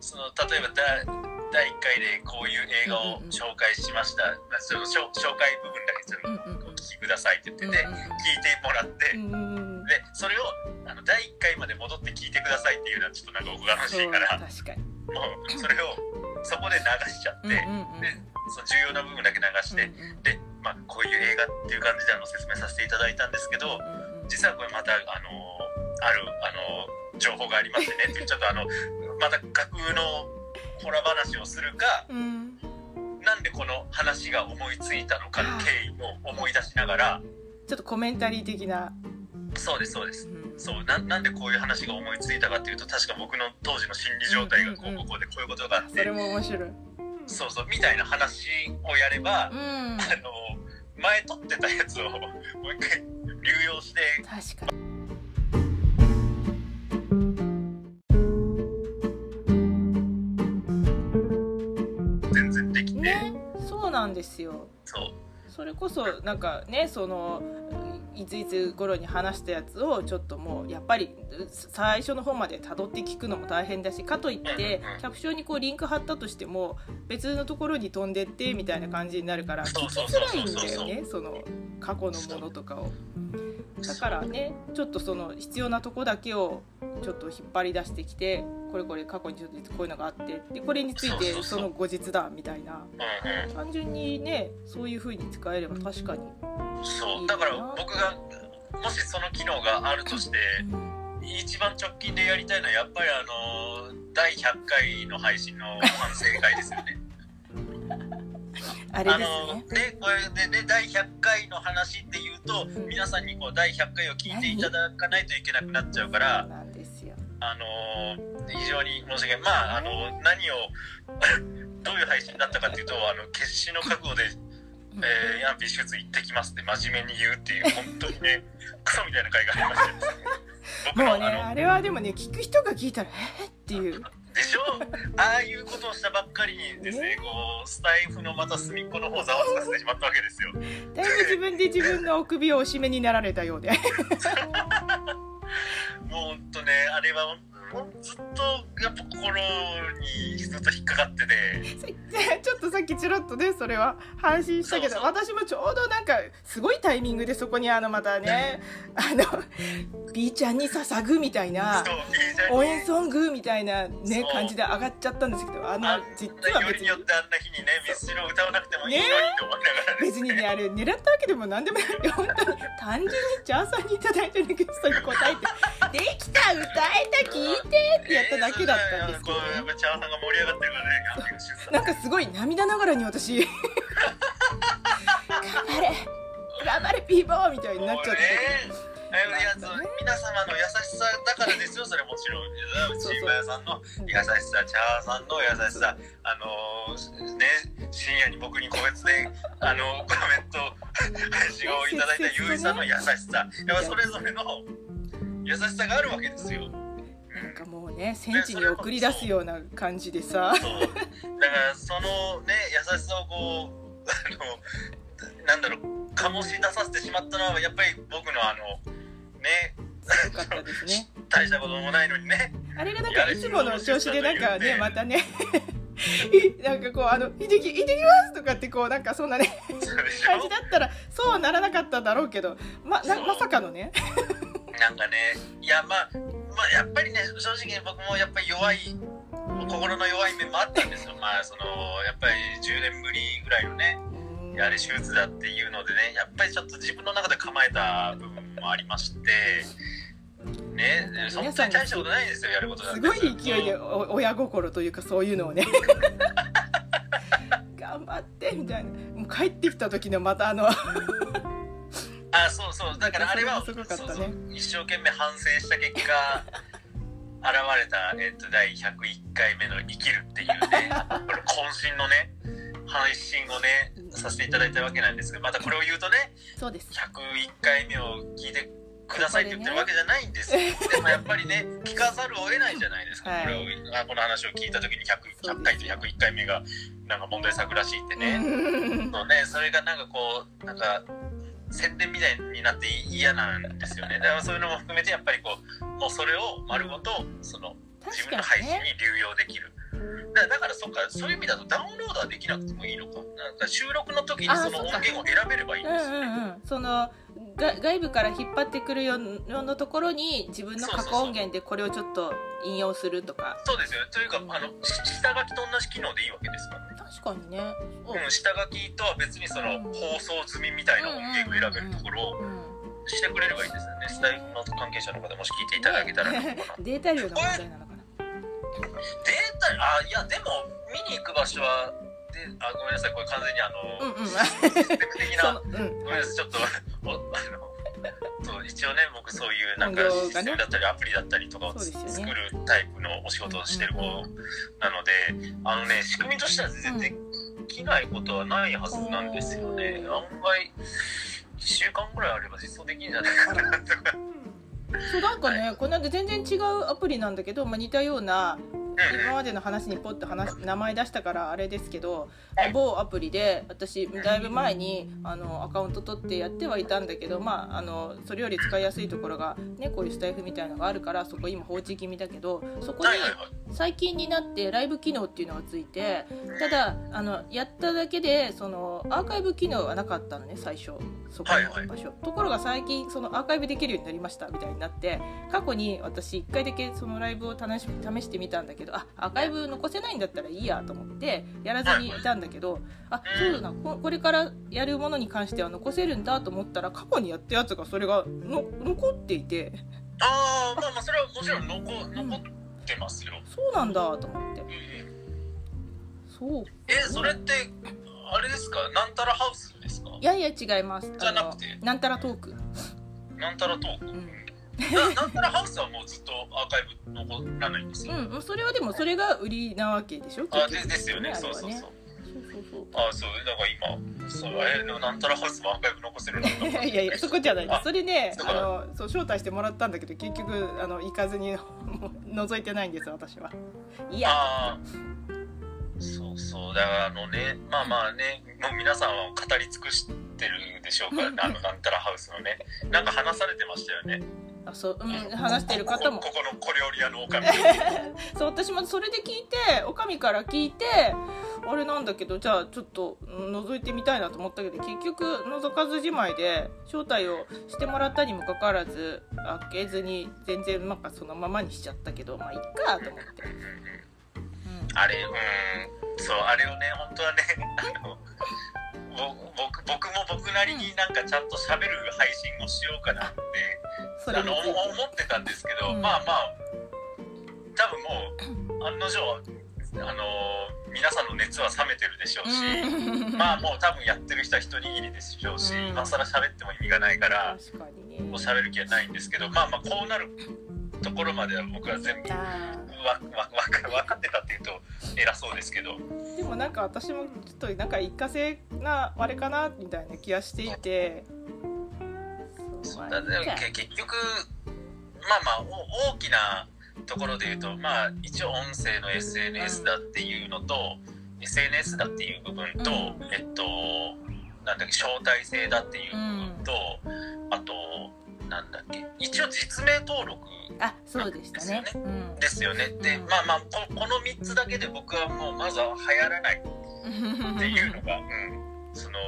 Speaker 2: その例えばだ第1回でこういう映画を紹介しました、まあ、その紹紹介部分だけちょっ
Speaker 1: うんうん
Speaker 2: とお聞きくださいって言ってて、聞いてもらって、
Speaker 1: うんうんうん
Speaker 2: でそれをあの第1回まで戻って聞いてくださいっていうのはちょっとなんかおこがまし
Speaker 1: そ
Speaker 2: いうからも
Speaker 1: 確かに
Speaker 2: うそれをそこで流しちゃって、
Speaker 1: うんうんうん
Speaker 2: でその重要な部分だけ流して、
Speaker 1: うんうん
Speaker 2: で、まあ、こういう映画っていう感じであの説明させていただいたんですけど
Speaker 1: うんうん
Speaker 2: 実はこれまたあのあるあの情報がありまして ねっていうちょっとあのまた架空のホラ話をするか
Speaker 1: うん
Speaker 2: なんでこの話が思いついたのかの経緯を思い出しながら
Speaker 1: ちょっとコメンタリー的な
Speaker 2: そうですそうです
Speaker 1: うん
Speaker 2: そうななんでこういう話が思いついたかっていうと確か僕の当時の心理状態がこ
Speaker 1: うんう
Speaker 2: うん
Speaker 1: う
Speaker 2: こ
Speaker 1: ん
Speaker 2: うこうでこういうことがあっ
Speaker 1: そ
Speaker 2: て
Speaker 1: れも面白い
Speaker 2: そうそうみたいな話をやれば、あ
Speaker 1: うん
Speaker 2: の前撮ってたやつをもう一回流用して
Speaker 1: 確かに
Speaker 2: 全然できて、
Speaker 1: ねそうなんですよ
Speaker 2: そう
Speaker 1: それこそなんかねそのいついつ頃に話したやつをちょっともうやっぱり最初の方まで辿って聞くのも大変だしかといって
Speaker 2: うんうん
Speaker 1: キャプションにこうリンク貼ったとしても別のところに飛んでってみたいな感じになるから
Speaker 2: そうそうそ
Speaker 1: 辛
Speaker 2: うそ
Speaker 1: い
Speaker 2: うんそう
Speaker 1: だよ
Speaker 2: そう
Speaker 1: ねその過去のものとかをだからねちょっとその必要なとこだけをちょっと引っ張り出してきてこれこれ過去にちょっとこういうのがあってでこれについてその後日談みたいな
Speaker 2: う
Speaker 1: 単純にねそういう風に使えれば確かに
Speaker 2: んうんそうだから僕がもしその機能があるとして一番直近でやりたいのはやっぱりあの第100回の配信の反省会ですよね
Speaker 1: あれ
Speaker 2: あ
Speaker 1: です
Speaker 2: の
Speaker 1: ね。
Speaker 2: ね、これでね第100回の話っていうと、
Speaker 1: ん
Speaker 2: 皆さんにこう第100回を聞いていただかないといけなくなっちゃうから
Speaker 1: そう、なんですよ。
Speaker 2: あの非常に申し訳ない、まあ、あの何を どういう配信だったかっていうと、あの決死の覚悟で、えーヤンピー手術行ってきますって真面目に言うっていう、本当 にね、クソみたいな回がありましたよ。僕の
Speaker 1: もうね
Speaker 2: あの
Speaker 1: あれはでもね聞く人が聞いたらえーっていう
Speaker 2: でしょああいうことをしたばっかりにですね
Speaker 1: ね
Speaker 2: こうスタイフのまた隅っこの方をざわつかせてしまったわけですよ。
Speaker 1: だいぶ自分で自分のお首をおしめになられたようで
Speaker 2: もうほんとねあれはうんずっとやっぱ心にずっと引っかかってて、
Speaker 1: ちょっとさっきちらっとねそれは配信したけど
Speaker 2: そうそう
Speaker 1: 私もちょうどなんかすごいタイミングでそこにあのまたねあの B ちゃんに捧ぐみたいな
Speaker 2: そう、B ちゃんに
Speaker 1: 応援ソングみたいなね
Speaker 2: そう
Speaker 1: 感じで上がっちゃったんですけどあの
Speaker 2: あん
Speaker 1: 実
Speaker 2: な
Speaker 1: は
Speaker 2: よ
Speaker 1: 別
Speaker 2: り
Speaker 1: に
Speaker 2: によってあんな日にね、ミスチルを歌わなくてもいいのにと思いながらです
Speaker 1: 別に
Speaker 2: ね。
Speaker 1: ねあれ狙ったわけでも何でもなくて本当に単純にジャーさんにいただいたリクエストに答えて「できた歌えた聞いて」ってやっただけだったんですけ
Speaker 2: こうやっ
Speaker 1: ど
Speaker 2: ぱチャーさんが盛り上がってるからね、ガンビンシューさん。
Speaker 1: なんかすごい涙ながらに私頑張れ頑張れピーボーみたいになっちゃって。
Speaker 2: ねえいやそう皆様の優しさだからですよそれもちろ
Speaker 1: そ
Speaker 2: ん
Speaker 1: うそう
Speaker 2: チーバヤさんの優しさチャーさんの優しさあのーね深夜に僕に個別で あのコメント返信をいただいたゆういさんの優しさやっぱそれぞれの優しさがあるわけですよ。
Speaker 1: なんかもうね戦地に送り出すような感じでさ
Speaker 2: そうだからそのね優しさをこうあのなんだろう醸し出させてしまったのはやっぱり僕のあのね
Speaker 1: よかったですね
Speaker 2: 大したこともないのにね
Speaker 1: あれがなんかいつもの調子でなんかねまたね なんかこうあの「いってきいってきます」とかってこうなんかそんなね
Speaker 2: そうでしょ
Speaker 1: 感じだったらそうならなかっただろうけどまな
Speaker 2: そう
Speaker 1: まさかのね
Speaker 2: なんかねいやまあ、まあ、やっぱりね正直僕もやっぱり弱い心の弱い面もあったんですよまあそのやっぱり10年ぶりぐらいのねやはり手術だっていうのでねやっぱりちょっと自分の中で構えた部分もありましてねそんなに大したことないですよやることなん
Speaker 1: す
Speaker 2: て
Speaker 1: ごい勢いで
Speaker 2: そう
Speaker 1: お親心というかそういうのをね 頑張ってみたいなもう帰ってきた時のまたあの
Speaker 2: あそうそうだからあれは
Speaker 1: すごかったね
Speaker 2: そうそう一生懸命反省した結果現れた、えっと、第101回目の「生きる」 っていうねこれ渾身のね配信をねさせていただいたわけなんですがまたこれを言うとね
Speaker 1: そうです
Speaker 2: 101回目を聞いてくださいって言ってるわけじゃないん ですよ、でもやっぱりね聞かざるを得ないじゃないですか、
Speaker 1: はい
Speaker 2: これをあこの話を聞いた時に 100, 100回と101回目がなんか問題作らしいってね、
Speaker 1: うん
Speaker 2: そうね、それがなんかこう、なんか、宣伝みたいになって嫌なんですよね。だからそういうのも含めて、やっぱりこう、もうそれを丸ごと、その、自
Speaker 1: 確
Speaker 2: 分の
Speaker 1: か
Speaker 2: 配
Speaker 1: に
Speaker 2: 信
Speaker 1: ね
Speaker 2: に流用できる。だだからそっか、そういう意味だとダウンロードはできなくてもいいのか。なんか収録の時に
Speaker 1: あー
Speaker 2: その
Speaker 1: そっ
Speaker 2: 音
Speaker 1: か
Speaker 2: 源を選べればいいん
Speaker 1: う
Speaker 2: で
Speaker 1: ん
Speaker 2: すよ
Speaker 1: う
Speaker 2: ね。
Speaker 1: んうんそのが外部から引っ張ってくるようなところに自分の過去音源でこれをちょっと引用するとか
Speaker 2: そうですよね。というか、あの、し下書きと同じ機能でいいわけですからね。
Speaker 1: 確かにね
Speaker 2: うん、下書きとは別にその
Speaker 1: うん
Speaker 2: 放送済みみたいな音源を選べるところを
Speaker 1: うん
Speaker 2: してくれればいいですよね。スタイフの関係者の方もし聞いていただけたらなと思います。
Speaker 1: データ量の問題なのかな
Speaker 2: データあいやでも見に行く場所はであごめんなさいこれ完全にあ
Speaker 1: う
Speaker 2: の、
Speaker 1: んうん
Speaker 2: システム 的
Speaker 1: そ
Speaker 2: な
Speaker 1: のうん
Speaker 2: ごめんなさいちょっとおあの そう一応ね僕そういうなんか
Speaker 1: 運動がね
Speaker 2: システムだったりアプリだったりとかを、
Speaker 1: そうですよ
Speaker 2: 作
Speaker 1: ね
Speaker 2: るタイプのお仕事をしてる方なのであのね仕組みとしては全然できないことはないはずなんですよね、
Speaker 1: うん
Speaker 2: 案外1週間ぐらいあれば実装できるんじゃないかなとか、
Speaker 1: そうなんかねこの間全然違うアプリなんだけど、まあ、似たような
Speaker 2: うん
Speaker 1: 今までの話にポッと話名前出したからあれですけど某アプリで私だいぶ前にあのアカウント取ってやってはいたんだけど、まあ、あのそれより使いやすいところが、ね、こういうスタイフみたいのがあるからそこ今放置気味だけどそこに
Speaker 2: はいはいはい
Speaker 1: 最近になってライブ機能っていうのがついてただあのやっただけでそのアーカイブ機能はなかったのね最初そこの場所、ところが最近そのアーカイブできるようになりましたみたいになって過去に私1回だけそのライブを試し試してみたんだけどあアーカイブ残せないんだったらいいやと思ってやらずにいたんだけどあそうだなここれからやるものに関しては残せるんだと思ったら過去にやったやつがそれがの残っていて
Speaker 2: ああまあまあそれはもちろん残残ってますよ、
Speaker 1: そうなんだと思って
Speaker 2: うんうん
Speaker 1: そう
Speaker 2: えそれってあれですかなんたらハウスですか
Speaker 1: いやいや違います
Speaker 2: じゃなくて
Speaker 1: あのなんたらトーク
Speaker 2: なんたらトー ク、
Speaker 1: ん
Speaker 2: ななんたらハウスはもうずっとアーカイブ残らないんですよ、
Speaker 1: うんうん、それはでもそれが売りなわけでしょ。
Speaker 2: あ
Speaker 1: 結
Speaker 2: で
Speaker 1: 局
Speaker 2: ですよねそうそうそう、
Speaker 1: そうそう
Speaker 2: あそうだから今そうえでもなんたらハウスもアーカイブ残せるのか
Speaker 1: そう。いやいやそこじゃないです
Speaker 2: あ
Speaker 1: それね
Speaker 2: そう
Speaker 1: あ
Speaker 2: か
Speaker 1: のそう招待してもらったんだけど結局あの行かずに覗いてないんです私はいや
Speaker 2: あーそうそうだからあのねまあまあねもう皆さんは 語り尽くしてるでしょうから、あのなんたらハウスのねなんか話されてましたよね
Speaker 1: あそう、うん、話してる方も
Speaker 2: ここここの小料理屋の おかみ
Speaker 1: そう私もそれで聞いておかみから聞いてあれなんだけどじゃあちょっとうん覗いてみたいなと思ったけど結局覗かずじまいで招待をしてもらったにもかかわらず開けずに全然なんかそのままにしちゃったけどまあいっかと思って、う
Speaker 2: あれうんそうあれをね本当はね あのぼ僕僕も僕なりになんかちゃんと喋る配信をしようかなって
Speaker 1: ん、そ
Speaker 2: あ
Speaker 1: れにつ
Speaker 2: の
Speaker 1: い
Speaker 2: 思
Speaker 1: て
Speaker 2: ってたんですけど、
Speaker 1: うん
Speaker 2: まあまあ多分もう案の定あの皆さんの熱は冷めてるでしょうし、
Speaker 1: うん
Speaker 2: まあもう多分やってる人は一握りでしょうし、
Speaker 1: うん
Speaker 2: 今更喋っても意味がないから
Speaker 1: 確かにね
Speaker 2: もう喋る気はないんですけどまあまあこうなるところまでは僕は全部わ
Speaker 1: あー
Speaker 2: わわか分かってたっていうと偉そうですけど
Speaker 1: でもなんか私もちょっとなんか一過性なあれかなみたいな気がしていてそう
Speaker 2: だ
Speaker 1: まあいいか
Speaker 2: け結局まあまあお大きなところで言うとまあ一応音声の SNS だっていうのと、SNS だっていう部分と、
Speaker 1: う
Speaker 2: えっとなんだっけ招待制だっていう部分と、あとなんだっけ一応実名登録
Speaker 3: あそうでしたね
Speaker 2: です
Speaker 3: うん
Speaker 2: ですよね、で
Speaker 1: うん
Speaker 2: まあまあここの3つだけで僕はもうまずは流行らないっていうのが、うんその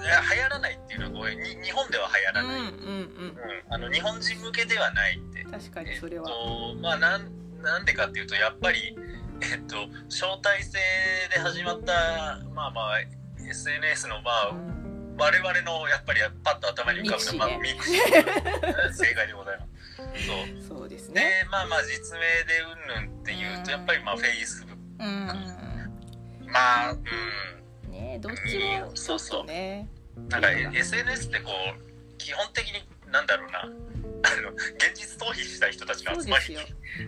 Speaker 2: いや流行らないっていうのはごめんに日本では流行
Speaker 1: う
Speaker 2: ら
Speaker 1: んう
Speaker 2: ない、
Speaker 1: ん
Speaker 2: うん
Speaker 1: うん
Speaker 2: あの日本人向けではないって
Speaker 1: 確かにそれは、
Speaker 2: えっとまあなんなんでかっていうとやっぱり、 えっと、招待制で始まったまあまあ SNS のまあ我々のやっぱりパッと頭に浮かぶのはまあミ
Speaker 1: ミ
Speaker 2: クシー正解でございます。そう
Speaker 1: そうです
Speaker 2: で
Speaker 1: ね、
Speaker 2: まあまあ実名でうんぬんっていうとやっぱりまあフェイスブッ
Speaker 3: うん
Speaker 2: クまあうん
Speaker 1: ねどっちもちょ
Speaker 2: そう
Speaker 1: っ
Speaker 2: そ
Speaker 1: と
Speaker 2: う
Speaker 1: ね
Speaker 2: なんか SNS ってこう基本的になんだろうなあの現実逃避したい人たちの
Speaker 1: そう
Speaker 2: 集ま
Speaker 1: です
Speaker 2: り
Speaker 1: よ、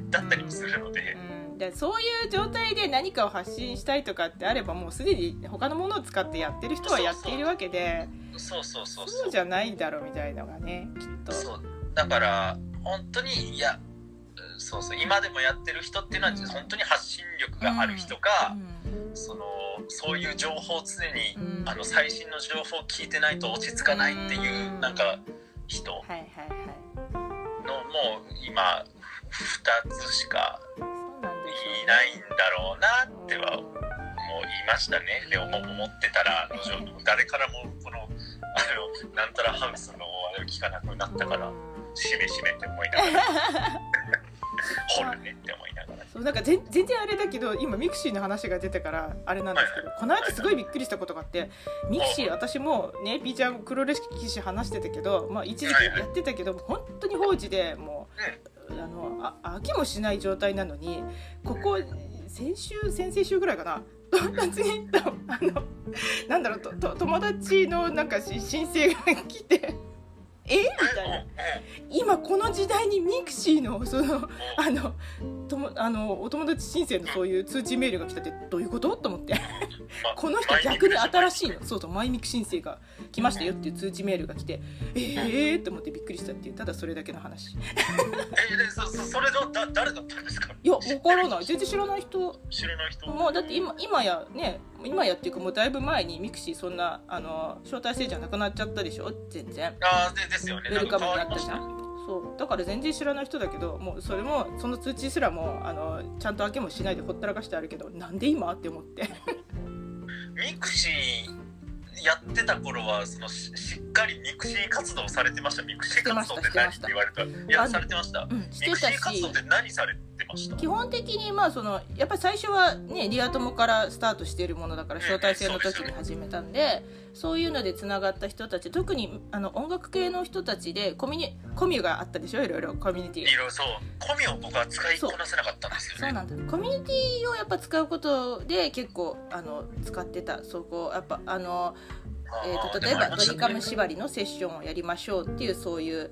Speaker 2: だったりもするので。
Speaker 1: うん、だからそういう状態で何かを発信したいとかってあればもうすでに他のものを使ってやってる人はやっているわけで
Speaker 2: そうそうそう
Speaker 1: そ
Speaker 2: そう
Speaker 1: うじゃないだろうみたいなのがねきっと
Speaker 2: そうだから本当にいやうんそうそう今でもやってる人っていうのは本当に発信力がある人か、そのそういう情報を常に、
Speaker 3: うんうん
Speaker 2: あの最新の情報を聞いてないと落ち着かないっていう、
Speaker 3: うん
Speaker 2: なんか人の
Speaker 1: はいはいはい
Speaker 2: もう今2つしか
Speaker 1: そうなんでしょう
Speaker 2: いないんだろうなってはもう言いましたねでも思ってたらあの誰からもこのあのなんたらハウスのあれを聞かなくなったから。しめしめって思いながら掘るねって思いながら
Speaker 1: そうなんか全全然あれだけど今ミクシーの話が出てからあれなんですけどこの間すごいびっくりしたことがあってミクシー私もねピーちゃん黒歴史話してたけど、まあ、一時期やってたけど本当に放置でもうあのあ飽きもしない状態なのにここ先週先々週ぐらいかな突然と あのなんだろうとと友達のなんかし申請が来て「えみたいな今この時代にミクシーのその。あのともあのお友達申請のそういう通知メールが来たってどういうことと思って この人逆に新しいのそうそうマイミク申請が来ましたよっていう通知メールが来てえーって思ってびっくりしたっていうただそれだけの話い
Speaker 2: えでそそそれのだ誰だったんですか
Speaker 1: やわからない全然知らない人
Speaker 2: 知らない人
Speaker 1: もうだって今今やね今やっていうかもうだいぶ前にミクシーそんなあの招待制じゃなくなっちゃったでしょ全然
Speaker 2: ああでですよね
Speaker 1: ウェ
Speaker 2: なん
Speaker 1: ルカ
Speaker 2: か
Speaker 1: ム
Speaker 2: 変
Speaker 1: に
Speaker 2: わ
Speaker 1: なった
Speaker 2: りまし
Speaker 1: じ
Speaker 2: た
Speaker 1: ゃ
Speaker 2: ね
Speaker 1: んそうだから全然知らない人だけどもうそれもその通知すらもあのちゃんと開けもしないでほったらかしてあるけどなんで今って思って
Speaker 2: ミクシーやってた頃はそのししっかりミクシー活動されてましたミクシー活動って何っ
Speaker 1: しててました
Speaker 2: 言われたい
Speaker 1: あ
Speaker 2: や
Speaker 1: の
Speaker 2: されてました
Speaker 1: うん、し
Speaker 2: ミ
Speaker 1: て
Speaker 2: クシ
Speaker 1: た
Speaker 2: ー活動
Speaker 1: し
Speaker 2: って何されてました
Speaker 1: 基本的にまあそのやっぱり最初はねリア友からスタートしているものだから
Speaker 2: うん
Speaker 1: 招待制の時に始めたんでそういうのでつながった人たち特にあの音楽系の人たちでコミュニコミュがあったでしょいろいろコミュニティ
Speaker 2: いろいろそうコミを僕は使いこなせなかったんですよ
Speaker 1: そう
Speaker 2: ね
Speaker 1: なんだコミュニティをやっぱ使うことで結構あの使ってたそこやっぱあの、えー
Speaker 2: あ
Speaker 1: と
Speaker 2: ー
Speaker 1: 例えば
Speaker 2: でもありま
Speaker 1: ド
Speaker 2: した
Speaker 1: リ
Speaker 2: ね
Speaker 1: カム縛りのセッションをやりましょうっていうそういう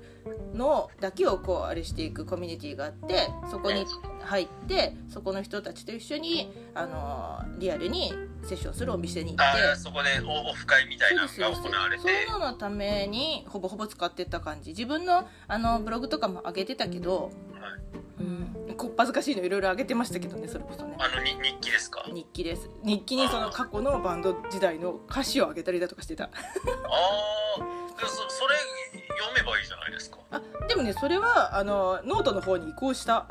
Speaker 1: のだけをこうあれしていくコミュニティがあってそこに入ってそこの人たちと一緒にあのリアルにセッションするお店に行っ
Speaker 2: あ
Speaker 1: て
Speaker 2: ー。そこでオオフ会みた
Speaker 1: そ
Speaker 2: い
Speaker 1: うで
Speaker 2: なの
Speaker 1: すよ
Speaker 2: が
Speaker 1: そう
Speaker 2: 行
Speaker 1: です
Speaker 2: われて
Speaker 1: そういうののためにほぼほぼ使ってった感じ自分のあのブログとかも上げてたけど、うん、こっぱずかしいのいろいろ上げてましたけどねそれこそね
Speaker 2: あのに日記ですか
Speaker 1: 日記です日記にその過去のバンド時代の歌詞をあげたりだとかしてた
Speaker 2: ああ、でもそそれ読めばいいじゃないですか。
Speaker 1: あでももねそれはあのノートの方に移行した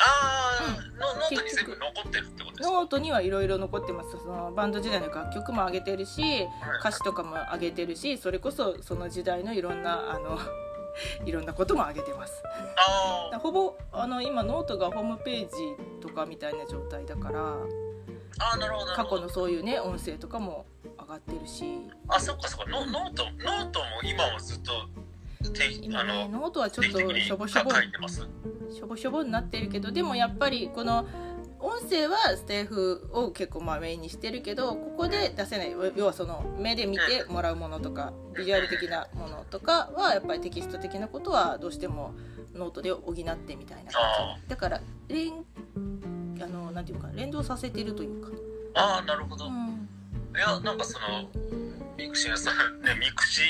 Speaker 2: ああ、
Speaker 1: う
Speaker 2: のノートに
Speaker 1: 結
Speaker 2: 全
Speaker 1: 局
Speaker 2: 部残ってるってことですか
Speaker 1: ノートにはいろいろ残ってますそのバンド時代の楽曲も上げてるし歌詞とかも上げてるしそれこそその時代のいろんなあの いろんなことも上げてます
Speaker 2: あ
Speaker 1: だからほぼあの今ノートがホームページとかみたいな状態だから
Speaker 2: ーあーなるほどなる
Speaker 1: 過
Speaker 2: ほ
Speaker 1: 去
Speaker 2: ど
Speaker 1: のそういうね音声とかも上がってるし
Speaker 2: あそっかそっかノノートノートも今もずっとて
Speaker 1: 今
Speaker 2: あ
Speaker 1: ね
Speaker 2: の
Speaker 1: ノートはちょっ
Speaker 2: 定期
Speaker 1: と
Speaker 2: 的に
Speaker 1: しょ
Speaker 2: 書
Speaker 1: ぼ
Speaker 2: い
Speaker 1: しょぼ
Speaker 2: てます
Speaker 1: しょぼしょぼになってるけどでもやっぱりこの音声はステーフを結構まあメインにしてるけどここで出せない要はその目で見てもらうものとかビジュアル的なものとかはやっぱりテキスト的なことはどうしてもノートで補ってみたいな感
Speaker 2: あ
Speaker 1: じだから連あのなんていうか連動させてるというか、
Speaker 2: ーあーなるほど、
Speaker 1: う
Speaker 2: い
Speaker 1: ん、
Speaker 2: やなんかそのミクシーのさねミクシ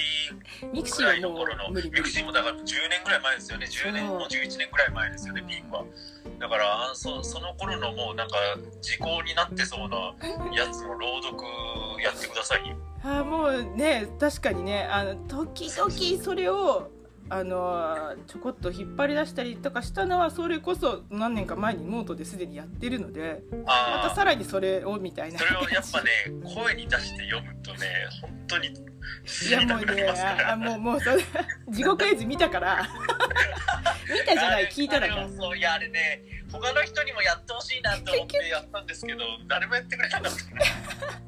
Speaker 2: ー
Speaker 1: ミクシ
Speaker 2: くらい
Speaker 1: ーはも
Speaker 2: の頃の
Speaker 1: う無理
Speaker 2: ミ
Speaker 1: 無
Speaker 2: ク
Speaker 1: 理
Speaker 2: シーもだから10年ぐらい前ですよね10年
Speaker 1: そう
Speaker 2: もう11年ぐらい前ですよねピンクはだからそその頃のもうなんか時効になってそうなやつの朗読やってくださいよ
Speaker 1: あーもうね確かにねあの時々それをあのーちょこっと引っ張り出したりとかしたのはそれこそ何年か前にノートですでにやってるのでまた
Speaker 2: あ
Speaker 1: さらにそれをみたい
Speaker 2: あ
Speaker 1: な
Speaker 2: それをやっぱね声に出して読むとね本当に
Speaker 1: い
Speaker 2: 死
Speaker 1: や
Speaker 2: にた
Speaker 1: も
Speaker 2: く
Speaker 1: う
Speaker 2: なり
Speaker 1: ね
Speaker 2: ますか
Speaker 1: あ
Speaker 2: ら
Speaker 1: あもうもうそれ地獄絵図見たから 見たじゃない聞いただから
Speaker 2: あれそういやあれね他の人にもやってほしいなと思ってやったんですけど誰もやってくれなかった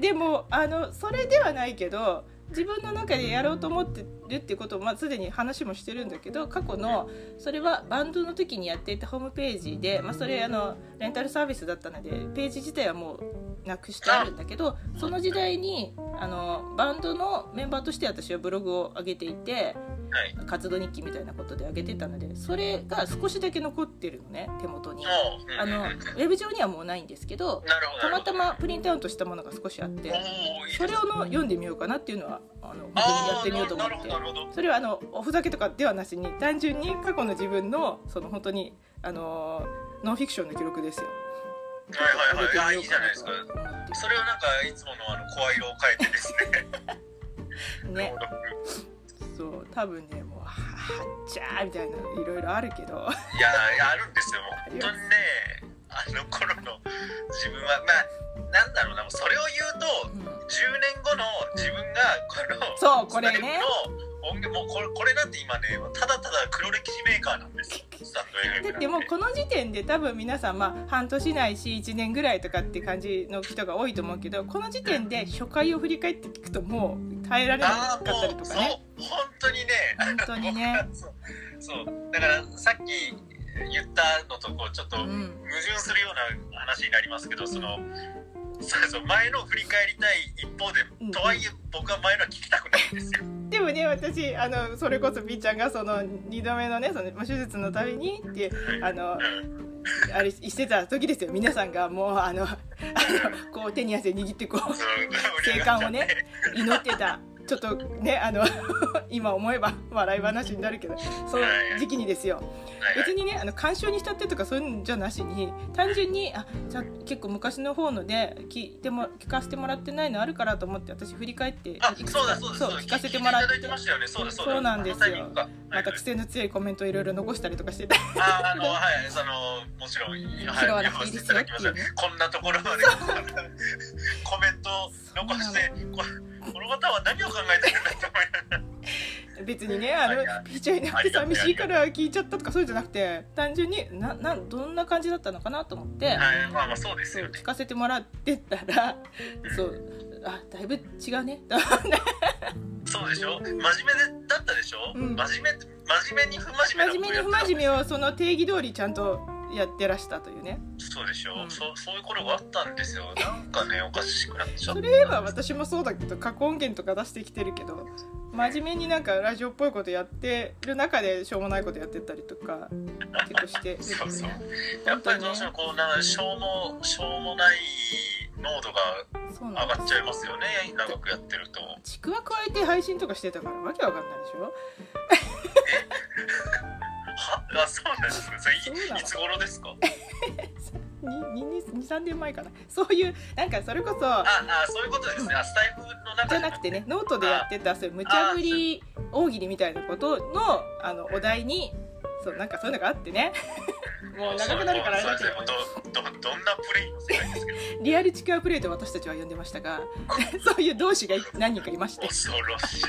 Speaker 1: でもあのそれではないけど自分の中でやろうと思ってるってことをまあすでに話もしてるんだけど過去のそれはバンドの時にやっていたホームページで、まあ、それあのレンタルサービスだったのでページ自体はもうなくしてあるんだけどその時代にあのバンドのメンバーとして私はブログを上げていて
Speaker 2: はい
Speaker 1: 活動日記みたいなことで上げてたのでそれが少しだけ残ってるのね手元に。
Speaker 2: もう、うん
Speaker 1: あのウ
Speaker 2: なる
Speaker 1: ェブ上にはもうないんですけど
Speaker 2: ほど
Speaker 1: たまたまプリントアウトしたものが少しあって
Speaker 2: おおーいい
Speaker 1: そ
Speaker 2: です
Speaker 1: れをの読んでみようかなっていうのはあの本当にや
Speaker 2: あ
Speaker 1: っ
Speaker 2: あ
Speaker 1: てみようと思っ
Speaker 2: なるほ
Speaker 1: て
Speaker 2: どなるほど
Speaker 1: それはあのおふざけとかではなしに単純に過去の自分のその本当にあのノンフィクションの記録ですよ。
Speaker 2: はいはいはいあいいじゃないですか
Speaker 1: 入れてみようかなとは思って
Speaker 2: それをなんかいつものあの声色を変えてですね
Speaker 1: ね
Speaker 2: 朗読
Speaker 1: そう多分ねもうはっちゃーみたいないろいろあるけど
Speaker 2: いやいやあるんですよ本当にねあの頃の自分はまあなんだろうなそれを言うと10年後の自分がこの
Speaker 1: そうこれね
Speaker 2: の音源もうこれこれなんて今ねただただ黒歴史メーカーなんですよスタンド FM なん
Speaker 1: だってもうこの時点で多分皆さんまあ半年ないし1年ぐらいとかって感じの人が多いと思うけどこの時点で初回を振り返って聞くともう耐えられなか
Speaker 2: あ
Speaker 1: っ
Speaker 2: あ
Speaker 1: たり
Speaker 2: も
Speaker 1: と
Speaker 2: う
Speaker 1: か
Speaker 2: そう
Speaker 1: ね。
Speaker 2: 本当にね
Speaker 1: 本当にね
Speaker 2: そうそうだからさっき言ったのとこうちょっと
Speaker 1: う
Speaker 2: 矛
Speaker 1: ん
Speaker 2: 盾するような話になりますけどそのそうそう前のを振り返りたい一方で、
Speaker 1: うん
Speaker 2: とはいえ僕は前のは聞きたくないんですよ。
Speaker 1: でもね私あのそれこそ B ちゃんがその2度目のねそのまあ手術のためにってあの あれしてた時ですよ皆さんがもうあのあのこう手に汗握ってこう生還をね祈ってたちょっとねあの今思えば笑い話になるけどその時期にですよ別にねあの鑑賞にしたってとかそういうんじゃなしに単純にあじゃあ結構昔の方ので聞いても聞かせてもらってないのあるからと思って私振り返って
Speaker 2: あそうだそうだ
Speaker 1: そう聞かせてもらって
Speaker 2: 聞いいだいましたよねそうだそうだ
Speaker 1: そうなんですよ
Speaker 2: あのタイミングか
Speaker 1: また癖の強いコメントをいろいろ残したりとかしてた
Speaker 2: ああのはいそのもちろんはい
Speaker 1: 拾わな
Speaker 2: 読
Speaker 1: くて
Speaker 2: ま
Speaker 1: いいで
Speaker 2: せてい
Speaker 1: すよっ
Speaker 2: ただ
Speaker 1: て
Speaker 2: き
Speaker 1: いうね
Speaker 2: ましたこんなところまで こんなコメントを残してここの方は何を考えてるんだと思いながら
Speaker 1: 別にねあの
Speaker 2: はいはい
Speaker 1: PJ なんて寂しいから聞いちゃったとかそういうんじゃなくて単純にななんどんな感じだったのかなと思って
Speaker 2: はい、まあまあそうです
Speaker 1: そう
Speaker 2: よね
Speaker 1: 聞。かせてもらってたらそうあだいぶ違うね
Speaker 2: そうでしょ。真面目でだったでしょ。
Speaker 1: うん
Speaker 2: 真面目真面目に不真面
Speaker 1: 真面
Speaker 2: 目
Speaker 1: 目
Speaker 2: な
Speaker 1: に
Speaker 2: こ
Speaker 1: 不
Speaker 2: とやって
Speaker 1: 真面目をその定義通りちゃんとやってらしたというね
Speaker 2: たそうでしょ。
Speaker 1: うん
Speaker 2: そうそういう頃があったんですよ。なんかねおかしくなっちゃっ
Speaker 1: そ
Speaker 2: た。
Speaker 1: れ言えば私もそうだけど過去音源とか出してきてるけど真面目になんかラジオっぽいことやってる中でしょうもないことやってたりとか結構してる
Speaker 2: そうそう
Speaker 1: ね
Speaker 2: やっぱりど
Speaker 1: 本
Speaker 2: うし
Speaker 1: 当に
Speaker 2: ても
Speaker 1: ね
Speaker 2: こうなしょうもしょうもない濃度が
Speaker 1: そうなんです
Speaker 2: 上がっちゃいますよね。長くやってると。
Speaker 1: ちくわ加えて配信とかしてたからわけわかんないでしょ
Speaker 2: はあそうなんですか。それい
Speaker 1: そうなの
Speaker 2: いつ頃ですか。
Speaker 1: 23年前かなそういうなんかそれこそ
Speaker 2: ああそういうことですね。あスタイフの中
Speaker 1: じ
Speaker 2: で
Speaker 1: ゃなくてねノートでやってたそういう無茶ぶり大喜利みたいなことのあのお題にそうなんかそういうのがあってね もう長くなるからあれだけど
Speaker 2: どどどんなプレイの世界ですけど
Speaker 1: リアルちくわプレイと私たちは呼んでましたがそういう同志が何人かいまして
Speaker 2: 恐ろしい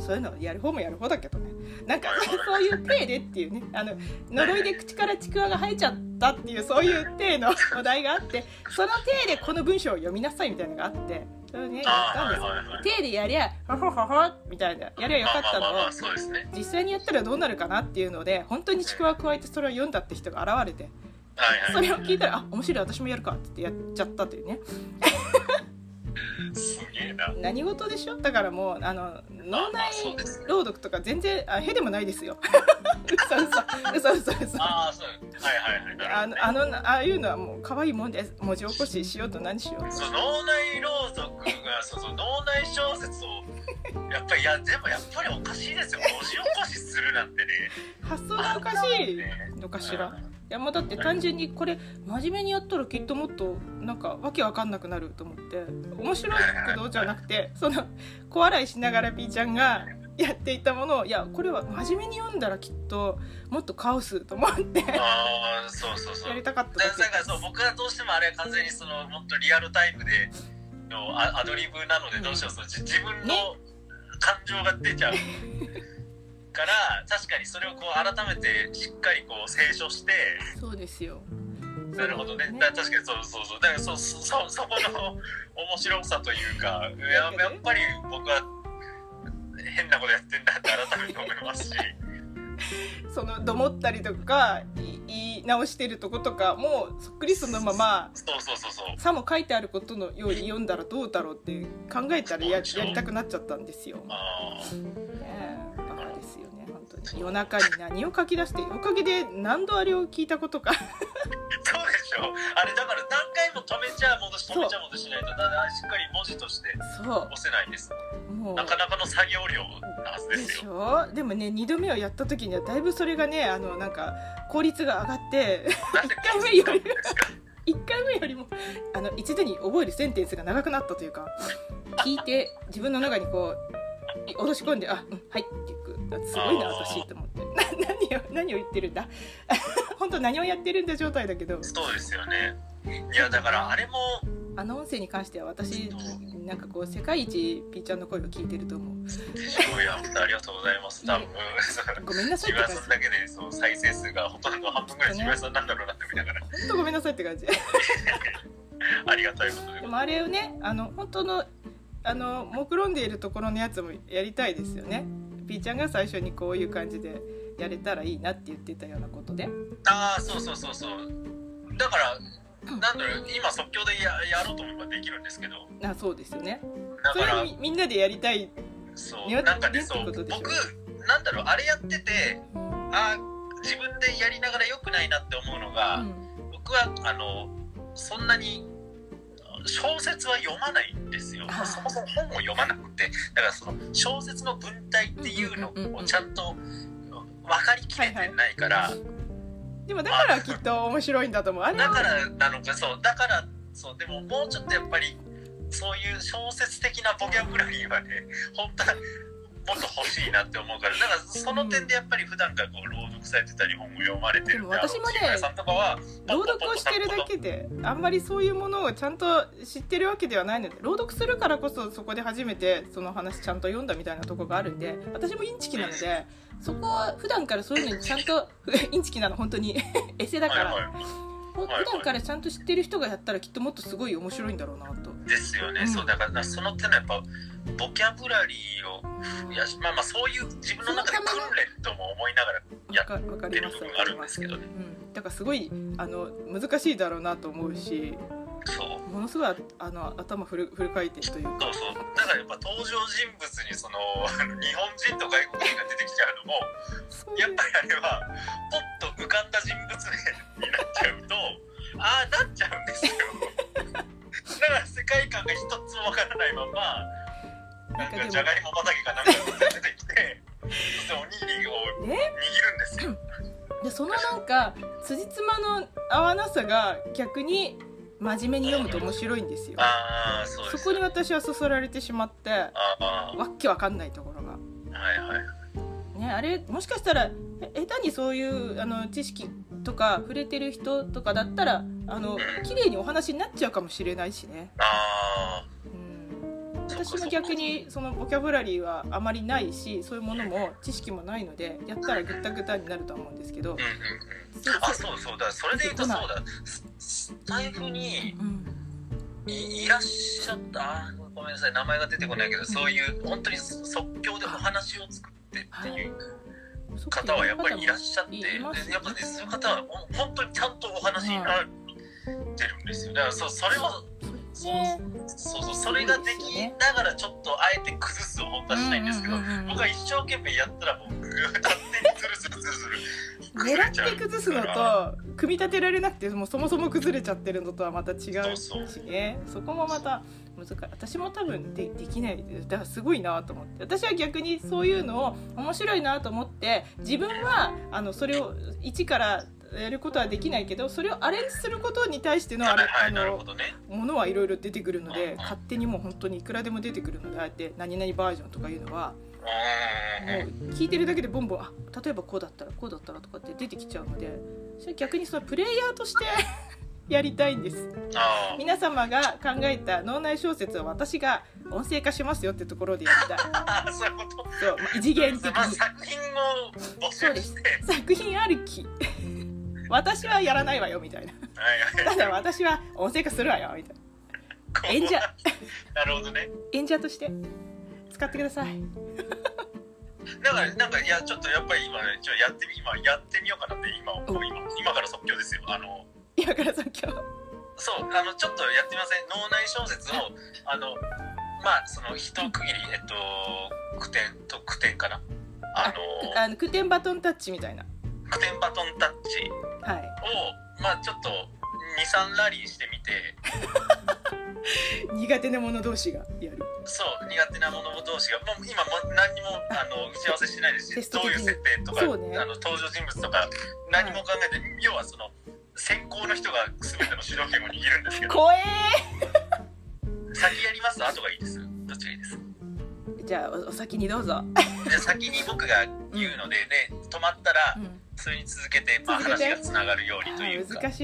Speaker 1: そういうのやる方もやる方だけどねなんかそういう体でっていうねあの呪いで口からちくわが生えちゃったっていうそういう体のお題があってその体でこの文章を読みなさいみたいなのがあってそれをねやったんですよ
Speaker 2: はいはいはい
Speaker 1: 手でやりゃほほほほみたいなやりゃよかったの
Speaker 2: まあまあまあま
Speaker 1: を
Speaker 2: あそうですね
Speaker 1: 実際にやったらどうなるかなっていうので本当にちくわを加えてそれを読んだって人が現れて
Speaker 2: はいはい
Speaker 1: それを聞いたら「あ面白い私もやるか」って言ってやっちゃったというね
Speaker 2: すげえな
Speaker 1: 何事でしょだからもうあの脳
Speaker 2: まあま
Speaker 1: 内
Speaker 2: あそうですね
Speaker 1: 朗読とか全然あへでもないです ようそうそうそう
Speaker 2: ああそうはいはいはいな
Speaker 1: あの
Speaker 2: るほど
Speaker 1: あ
Speaker 2: ね
Speaker 1: のああいうのはもう可愛いもんです文字起こししようと何しよう
Speaker 2: そう脳内朗読がそうそう脳内小説をやっぱりいやでもやっぱりおかしいですよ文字起こしするなんてね
Speaker 1: 発想がおかしいのかしらいやもうだって単純にこれ真面目にやったらきっともっとなんかわけわかんなくなると思って面白いけどじゃなくてその小笑いしながら B ちゃんがやっていたものをいやこれは真面目に読んだらきっともっとカオスと思って
Speaker 2: ああそうそうそう
Speaker 1: やりたかった
Speaker 2: だ
Speaker 1: だけ
Speaker 2: だからそう僕はどうしてもあれは完全にそのもっとリアルタイムでのアアドリブなのでどうしてもそのじ自分
Speaker 1: ね
Speaker 2: の感情が出ちゃうから確かにそれをこう改めてしっかりこう清書して
Speaker 1: そうですよ
Speaker 2: なるほどねだ確かにそうそうそうだからそそそそこの面白さというかややっぱり僕は変なことやってんだって改めて思います し。
Speaker 1: そのどもったりとかい言い直してるとことかもうそっくりそのまま
Speaker 2: そうそうそうそう
Speaker 1: さも書いてあることのように読んだらどうだろうって考えたらややりたくなっちゃったんですよ。ね
Speaker 2: あー
Speaker 1: えバカですよね本当に夜中に何を書き出しておかげで何度あれを聞いたこと か
Speaker 2: そうでしょあれだから何回も止めちゃ戻し止めちゃ戻しないとだからしっかり文字として
Speaker 1: そ
Speaker 2: 押せないんです
Speaker 1: うもう
Speaker 2: なかなかの作業量なはずで
Speaker 1: ですし
Speaker 2: よ
Speaker 1: ょでもね2度目をやった時にはだいぶそれがねあのなんか効率が上がって
Speaker 2: なんで
Speaker 1: 一回目より1回目よりもあの一度に覚えるセンテンスが長くなったというか聞いて自分の中にこうい脅し込んで「あうんはい」っていくすごいな
Speaker 2: あー
Speaker 1: 私って思って な何を何を言ってるんだ 本当何をやってるんだ状態だけど
Speaker 2: そうですよねいやだからあれも
Speaker 1: あの音声に関しては私なんかこう世界一ピーちゃんの声を聞いてると思う
Speaker 2: いや本当ありがとうございます多分
Speaker 1: ごめんなさい
Speaker 2: 千
Speaker 1: って感
Speaker 2: 葉
Speaker 1: じ
Speaker 2: さんだけでそう再生数がほとんど半分ぐらい千葉さんなんだろうなって見ながら
Speaker 1: 本当ごめんなさいって感じ
Speaker 2: ありがたいことで
Speaker 1: でもあれをねあの本当のあの目論んでいるところのやつもやりたいですよね。ピーちゃんが最初にこういう感じでやれたらいいなって言ってたようなことで。
Speaker 2: ああそうそうそうそうだからなんだろう今即興でややろうと思えばできるんですけど
Speaker 1: あそうですよね。
Speaker 2: だ
Speaker 1: そ
Speaker 2: か
Speaker 1: れ
Speaker 2: ら
Speaker 1: をみみんなでやりたい。
Speaker 2: そう
Speaker 1: 庭
Speaker 2: なんかね
Speaker 1: って
Speaker 2: そ
Speaker 1: こ
Speaker 2: う
Speaker 1: とでしょ
Speaker 2: 僕なんだろうあれやってて
Speaker 1: うん
Speaker 2: あー自分でやりながら良くないなって思うのが、僕はあのそんなに小説は読まないんですよ
Speaker 1: あー
Speaker 2: そもそも本を読まなくてだからその小説の文体っていうの
Speaker 1: うんうんうんう
Speaker 2: を
Speaker 1: ん
Speaker 2: ちゃんと分かりきれてないから、
Speaker 1: でもだからきっと面白いんだと思う。あれ
Speaker 2: だ
Speaker 1: は
Speaker 2: からなのかそうだからそうでももうちょっとやっぱりそういう小説的なボキャブラリーはね 本当はもっと欲しいなって思うからだからその点でやっぱり普段からこう朗読されてたり本を読まれてる
Speaker 1: で
Speaker 2: ん
Speaker 1: も私もね
Speaker 2: あの木村さんとかは
Speaker 1: 朗読をしてるだけであんまりそういうものをちゃんと知ってるわけではないので朗読するからこそそこで初めてその話ちゃんと読んだみたいなとこがあるんで私もインチキなのでそこは普段からそういうのにちゃんと インチキなの本当に エセだから、
Speaker 2: はいはい
Speaker 1: ほん
Speaker 2: はいはい
Speaker 1: 普段からちゃんと知ってる人がやったらきっともっとすごい面白いんだろうなと。
Speaker 2: ですよね、
Speaker 1: うん
Speaker 2: そうだからその点のやっぱボキャブラリーをいやまあまあそういう自分の中で訓練とも思いながらや
Speaker 1: わかわか
Speaker 2: っ
Speaker 1: り
Speaker 2: てる
Speaker 1: ます
Speaker 2: 部
Speaker 1: わ
Speaker 2: 分が
Speaker 1: か
Speaker 2: あ
Speaker 1: り
Speaker 2: るん
Speaker 1: ま
Speaker 2: ですすけどね
Speaker 1: うん、だからすごいあの難しいだろうなと思うし
Speaker 2: そう
Speaker 1: ものすごいああの頭フルフル回転というか
Speaker 2: そうそうだからやっぱ登場人物にその 日本人と外国人が出てきちゃうのも
Speaker 1: そうい
Speaker 2: やっ
Speaker 1: う
Speaker 2: ぱりあれはポッと浮かんだ人物名になっちゃうと ああなっちゃうんですよ だから世界観が一つもわからないままなん
Speaker 1: なんかで
Speaker 2: か
Speaker 1: も
Speaker 2: じゃがいも畑かなんかが出てきてそのおにぎりを握るん
Speaker 1: ね
Speaker 2: ですよ、
Speaker 1: でそのなんか辻褄の合わなさが逆に真面目に読むと面白いんですよ
Speaker 2: ああそうで
Speaker 1: そ
Speaker 2: す
Speaker 1: こに私はそそられてしまって
Speaker 2: ああ
Speaker 1: わっけわかんないところが
Speaker 2: はい
Speaker 1: れもしかしたらえ下手にそういうあの知識とか触れてる人とかだったらあの綺麗にお話になっちゃうかもしれないしね。
Speaker 2: あ
Speaker 1: うん
Speaker 2: あそっか
Speaker 1: 私も逆にそのボキャブラリーはあまりないしそういうものも知識もないのでやったらぐったぐたになるとは思うんですけど
Speaker 2: そっかうんうんうんあそうそうだそれで言うとそうだススタイフに
Speaker 1: うん
Speaker 2: いいらっしゃったあーごめんなさい名前が出てこないけどそういう本当に即興でお話を作ってっていう
Speaker 1: そっか
Speaker 2: 方はやっぱりいらっしゃって、
Speaker 1: い
Speaker 2: で
Speaker 1: ますね
Speaker 2: やっぱねそういう方はほん本当にちゃんとお話になってるんですよだからそうそれはそう
Speaker 3: ね
Speaker 2: そうそうそれができながらちょっとあえて崩す本当はしないんですけど、
Speaker 1: うんうんうんうん
Speaker 2: 僕は一生懸命やったらもうぐー勝手にズルズルズルズル崩
Speaker 1: 狙
Speaker 2: れちゃう
Speaker 1: って崩すのと組み立てられなくてもうそもそも崩れちゃってるのとはまた違う
Speaker 2: そう
Speaker 1: しねそこもまた難しい私も多分でできないだからすごいなと思って私は逆にそういうのを面白いなと思って自分はあのそれを一からやることはできないけどそれをアレンジすることに対してのあ
Speaker 2: は
Speaker 1: れ
Speaker 2: いは
Speaker 1: あ
Speaker 2: いなるほ
Speaker 1: の
Speaker 2: どね
Speaker 1: ものはいろいろ出てくるの
Speaker 2: う
Speaker 1: で
Speaker 2: ん
Speaker 1: 勝手にもう本当にいくらでも出てくるのであえて何々バージョンとかいうのは
Speaker 2: うんうんう
Speaker 1: も
Speaker 2: ん
Speaker 1: う聞いてるだけでボンボンあ例えばこうだったらこうだったらとかって出てきちゃうのでそれ逆にそのプレイヤーとして やりたいんです
Speaker 2: あ
Speaker 1: 皆様が考えた脳内小説を私が音声化しますよってところでやりたい
Speaker 2: あそういうこと
Speaker 1: そう、まあ異次元的
Speaker 2: ま あ
Speaker 1: に
Speaker 2: 作品を募集して
Speaker 1: 作品あるき 私はやらないわよみたいな
Speaker 2: はいは
Speaker 1: た
Speaker 2: い
Speaker 1: だ私は音声化するわよみたいな
Speaker 2: こう
Speaker 1: 演者
Speaker 2: なるほどね
Speaker 1: 演者として使ってください
Speaker 2: だからなんかいやちょっとやっぱり今ねちょっとやってみ今やってみようかなって今思う今今から即興ですよあの
Speaker 1: 今からさ今日
Speaker 2: そうあのちょっとやってみません脳内小説をあのまあその一区切りえっと句点と句点かなあの
Speaker 1: あのクテンバトンタッチみたいな
Speaker 2: 句点バトンタッチ
Speaker 1: はい
Speaker 2: をまあちょっと23ラリーしてみて
Speaker 1: 苦手な者同士がやる
Speaker 2: そう苦手なもの同士がもう今もう何にもあの打ち合わせしてないです
Speaker 1: テ
Speaker 2: し
Speaker 1: スト
Speaker 2: どう
Speaker 1: 的
Speaker 2: い
Speaker 1: に
Speaker 2: う設定とか、
Speaker 1: そうね
Speaker 2: あの登場人物とか何も考えて、要はその先行の人が全ての主導権を握るんですけど
Speaker 1: 怖え
Speaker 2: 先やります後がいいですどっちがいいです
Speaker 1: ーじゃあおお先にどうぞ
Speaker 2: で先に僕が言うので、ね、止まったらそれに続けて、まあ、
Speaker 1: 続け
Speaker 2: 話
Speaker 1: て
Speaker 2: がつながるようにというかっ
Speaker 1: 難し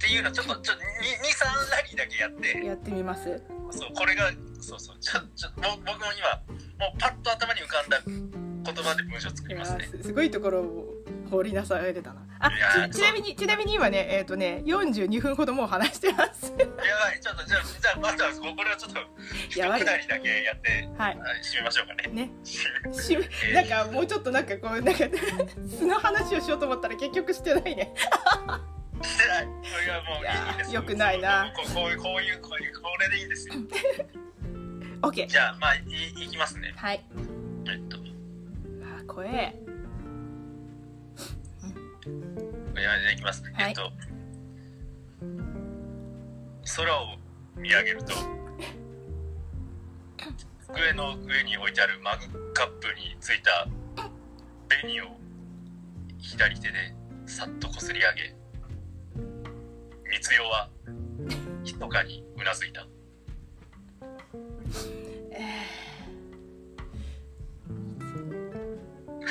Speaker 2: ていうのちょっとちょっと23ラリーだけやって
Speaker 1: いやってみます
Speaker 2: そうこれがそうそうちょちょもう僕も今もうパッと頭に浮かんだ言葉で文章作
Speaker 1: い
Speaker 2: り
Speaker 1: や
Speaker 2: ますね。
Speaker 1: すすごいところを放りなされたない
Speaker 2: や
Speaker 1: あ
Speaker 2: ー
Speaker 1: ちちなみにちなみに今ねえっ、とね42分ほどもう話してます
Speaker 2: やばい、ちょっと、じゃあ、じゃあ、まずは、これはちょっと、一
Speaker 1: やばい
Speaker 2: くだりだけやって、
Speaker 1: はい
Speaker 2: はい締めましょうか
Speaker 1: ね
Speaker 2: ね。
Speaker 1: しなんかもうちょっとなんかこうなんか 素の話をしようと思ったら結局してないね
Speaker 2: してない。これはもうい
Speaker 1: いや
Speaker 2: い、いいんです
Speaker 1: よくないな
Speaker 2: こうこういう、こういう、こういう、これでいいんですよ。
Speaker 1: OK
Speaker 2: じゃあ、まあ、い、いきますね。
Speaker 3: はい
Speaker 2: えっと、
Speaker 1: あー怖え
Speaker 2: いや、じゃあ、いきます。
Speaker 3: はい
Speaker 2: えっと。空を見上げると。机の上に置いてあるマグカップについた紅を左手でさっとこすり上げ光代は密かにうなずいた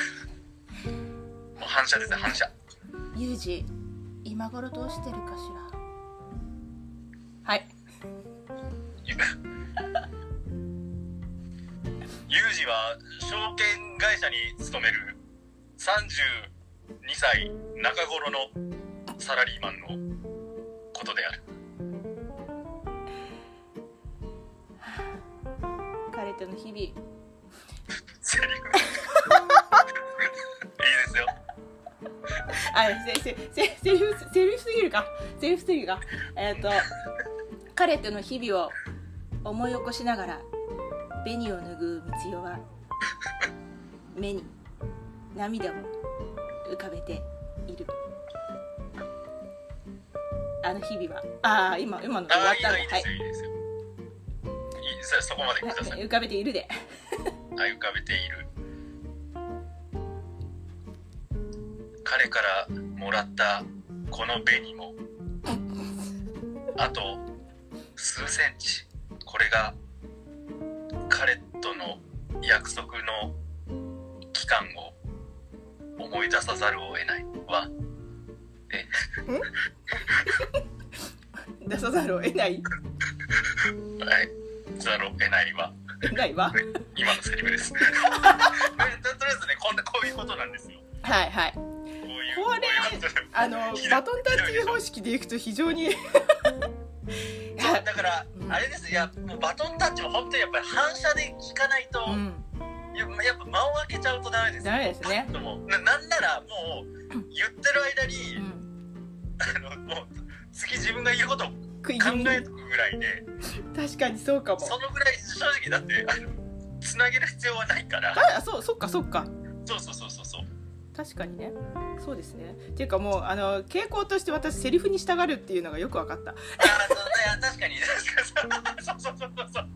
Speaker 2: もう反射ですね反射
Speaker 3: ユージ今頃どうしてるかしら
Speaker 1: はい
Speaker 2: ゆユージは証券会社に勤める32歳中頃のサラリーマンのことである
Speaker 1: 彼との日々
Speaker 2: セリフいいですよ
Speaker 1: あせせせセリフセリフすぎるかセリフすぎるかえっ、と彼との日々を思い起こしながら紅を拭う光代は目に涙を浮かべているあの日々はああ今今ので終
Speaker 2: あ
Speaker 1: わ
Speaker 2: あ
Speaker 1: っ
Speaker 2: いい
Speaker 1: たの
Speaker 2: の
Speaker 1: はい
Speaker 2: いですよいいですよいいですよそこまでくださ
Speaker 1: はい
Speaker 2: い
Speaker 1: 浮かべているで
Speaker 2: はい浮かべている彼からもらったこの紅もあと数センチこれが彼との約束の期間を思い出さざるを得ないは
Speaker 1: 出さざるを得ない
Speaker 2: はいざるを得ないは
Speaker 1: 得ないわ
Speaker 2: 今のセリフです とりあえずねこんなこういうことなんですよこ
Speaker 1: はいはいう
Speaker 2: いう
Speaker 1: これ
Speaker 2: ういうことで
Speaker 1: あの
Speaker 2: ひどい
Speaker 1: バトンタッチ方式でいくと非常に い
Speaker 2: そう
Speaker 1: や
Speaker 2: だから
Speaker 1: うん
Speaker 2: あれですいやもうバトンタッチも本当にやっぱり反射でいかないと、
Speaker 1: うん
Speaker 2: ややっぱ間を空けちゃうとダメです
Speaker 1: ダメですね
Speaker 2: パッともななんならもう言ってる間に、
Speaker 1: うん
Speaker 2: あのもう次自分が言うことを考
Speaker 1: 食い気味に
Speaker 2: えとくぐらいで
Speaker 1: 確かにそうかも
Speaker 2: そのぐらい正直だってあのつなげる必要はないから
Speaker 1: あそうそっかそっか
Speaker 2: そうそうそうそうそう
Speaker 1: 確かにねそうですねっていうかもうあの傾向として私セリフに従るっていうのがよく分かった
Speaker 2: あーそうね確かに確かにそうそうそうそうそう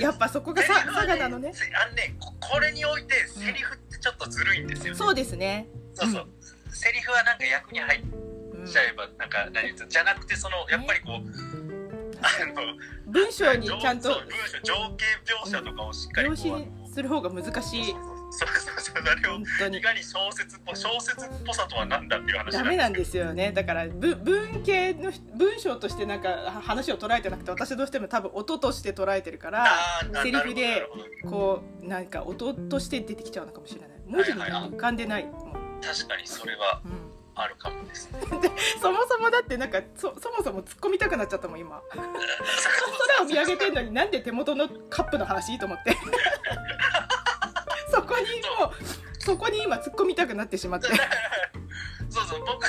Speaker 1: やっぱそこがさ
Speaker 2: セリフは
Speaker 1: 佐賀なのね
Speaker 2: あのねここれにおいてセリフってちょっとずるいんですよ、ね
Speaker 1: そうですね
Speaker 2: そうそうセリフはなんか役に入っ
Speaker 1: うん
Speaker 2: ちゃえばなんか何言ってじゃなくてそのやっぱりこうあの
Speaker 1: 文章にちゃんと
Speaker 2: そう文章情景描写とかをしっかりこ
Speaker 1: 描
Speaker 2: う、
Speaker 1: 写する方が難しい
Speaker 2: そうそうそうあれを
Speaker 1: 本当に
Speaker 2: いかに小説っぽ小説っぽさとは何だっていう話
Speaker 1: ダメなんですよねだから文文系の文章としてなんかは話を捉えてなくて私どうしても多分音として捉えてるから
Speaker 2: あーな
Speaker 1: セリフで
Speaker 2: なるほどなる
Speaker 1: こうなんか音として出てきちゃうのかもしれない文字に
Speaker 2: はいはいはい
Speaker 1: 浮かんでない、もう
Speaker 2: ほど確かにそれは
Speaker 1: うん
Speaker 2: あるかもですね
Speaker 1: そもそもだってなんかそそもそも突っ込みたくなっちゃったもん今空を見上げてんのになんで手元のカップの話と思って そこにもうそこに今突っ込みたくなってしまって
Speaker 2: そうそう僕が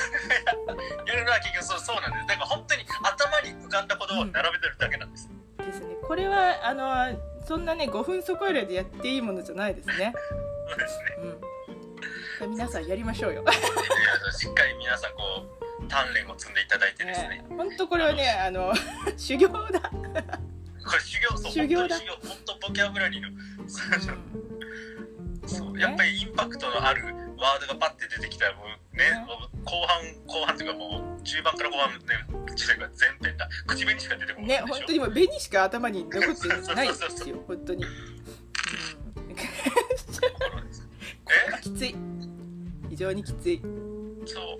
Speaker 2: やるのは結局そうそうなんですだから本当に頭に浮かんだことを並べてるだけなんです、
Speaker 1: ですねこれはあのそんなね5分そこらでやっていいものじゃないですね、
Speaker 2: そうですね
Speaker 1: うん、皆さんやりましょうよ
Speaker 2: いやしっかり皆さんこう鍛錬を積んでいただいてですね、
Speaker 1: 本当これはねあの 修行だ、
Speaker 2: これ修行そう
Speaker 1: 修行だ
Speaker 2: 本当に修行本当ボキャブラリーのそうそう
Speaker 1: ね
Speaker 2: やっぱりインパクトのあるワードがパッて出てきたらもうね、
Speaker 1: ね
Speaker 2: もう後半後半というかもう中盤から後半ね口が全編だ口紅しか出てこな
Speaker 1: ね
Speaker 2: いで
Speaker 1: 本
Speaker 2: しょ
Speaker 1: 当にもう紅しか頭に残ってないですよ本当に、うん、きつい非常にきつい
Speaker 2: えそう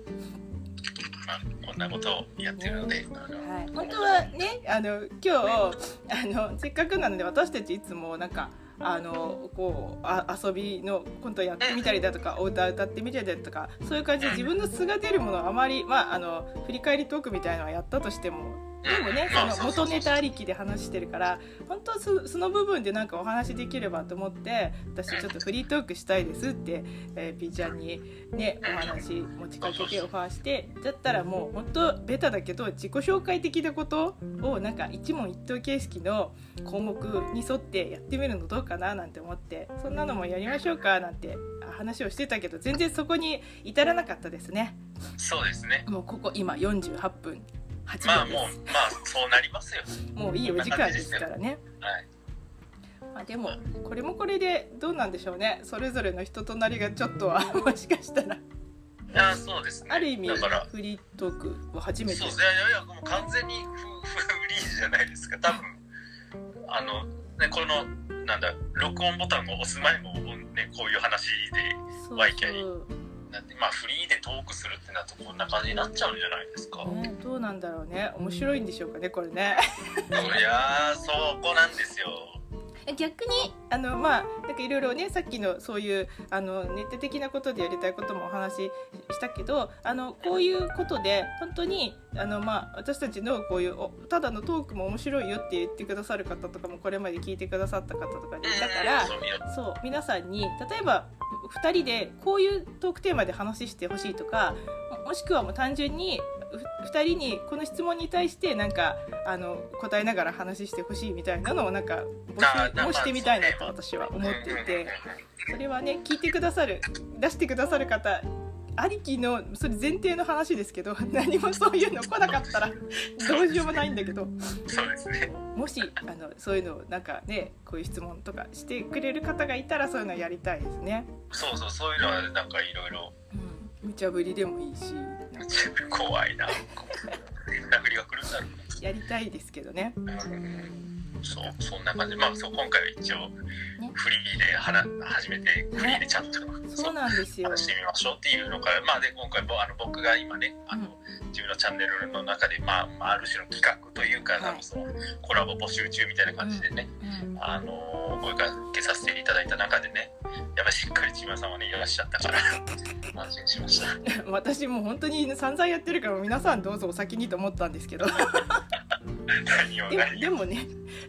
Speaker 2: まあこんなことをやってるので、あの
Speaker 1: はい、本当はねあの今日あのせっかくなので私たちいつもなんかあのこうあ遊びのコントやってみたりだとかお歌歌ってみたりだとかそういう感じで自分の素が出るものはあまり、まあ、あの振り返りトークみたいなのはやったとしてもでもね
Speaker 2: まあ
Speaker 1: その元ネタありきで話してるから本当はそその部分でなんかお話できればと思って私ちょっとフリートークしたいですって、えー、P ちゃんにねお話持ちかけてオファーしてだったらもう本当ベタだけど自己紹介的なことをなんか一問一答形式の項目に沿ってやってみるのどうかななんて思ってそんなのもやりましょうかなんてあ話をしてたけど全然そこに至らなかったですね。
Speaker 2: そうですね
Speaker 1: もうここ今48分
Speaker 2: ま
Speaker 1: 8
Speaker 2: あ
Speaker 1: 秒
Speaker 2: もう
Speaker 1: です、
Speaker 2: まあそうなりますよ
Speaker 1: もういいお時間ですからね。
Speaker 2: はい
Speaker 1: まあ、でもこれもこれでどうなんでしょうねそれぞれの人となりがちょっとはもしかしたら
Speaker 2: あそうですね
Speaker 1: ある意味
Speaker 2: だから
Speaker 1: フリートークは初
Speaker 2: そう
Speaker 1: め
Speaker 2: で
Speaker 1: て
Speaker 2: すねいやいやもう完全にフフ フリーじゃないですか多分あのねこのなんだ録音ボタンを押す前も、ね、こういう話で
Speaker 1: そう
Speaker 2: ワイキャイ
Speaker 1: そう
Speaker 2: なんてまあフリーでトークするってなるとこんな感じになっちゃうんじゃないですか、
Speaker 1: ねどうなんだろうね面白いんでしょうかねこれね
Speaker 2: いやーそこなんですよ
Speaker 3: 逆に
Speaker 1: あのまあなんかいろいろねさっきのそういうあのネット的なことでやりたいこともお話ししたけどあのこういうことで本当にあの、まあ、私たちのこういうおただのトークも面白いよって言ってくださる方とかもこれまで聞いてくださった方とかでいたから
Speaker 2: そういや
Speaker 1: そう皆さんに例えば2人でこういうトークテーマで話してほしいとかももしくはもう単純に2人にこの質問に対してなんかあの答えながら話してほしいみたいなのをなんか
Speaker 2: あ
Speaker 1: 募集もしてみたいなと私は思っていてそれはね聞いてくださる出してくださる方ありきのそれ前提の話ですけど何もそういうの来なかったらどうしようもないんだけど。
Speaker 2: そうですね
Speaker 1: もしあのそういうのをなんかねこういう質問とかしてくれる方がいたらそういうのやりたいですね。
Speaker 2: そうそうそういうのはなんかいろいろ
Speaker 1: うん、無茶ぶりでもいいしなんか
Speaker 2: 怖いな殴りが来るんだろう
Speaker 1: やりたいですけどね。
Speaker 2: うんそうそんな感じまあそう今回は一応フリーで話始めてフリーでちゃんと
Speaker 1: そうなんです よ
Speaker 2: 話してみましょうっていうのからまあで今回もあの僕が今ねあの、自分のチャンネルの中で、まあ、まあある種の企画というか、
Speaker 1: い
Speaker 2: なんかそのコラボ募集中みたいな感じでね、
Speaker 1: うん
Speaker 2: あの声かけさせていただいた中でねやっぱしっかり千葉さんはねいらっしゃった から安心しました。
Speaker 1: 私もう本当に散々やってるから皆さんどうぞお先にと思ったんです けどで
Speaker 2: 何を
Speaker 1: も
Speaker 2: 何を
Speaker 1: でもね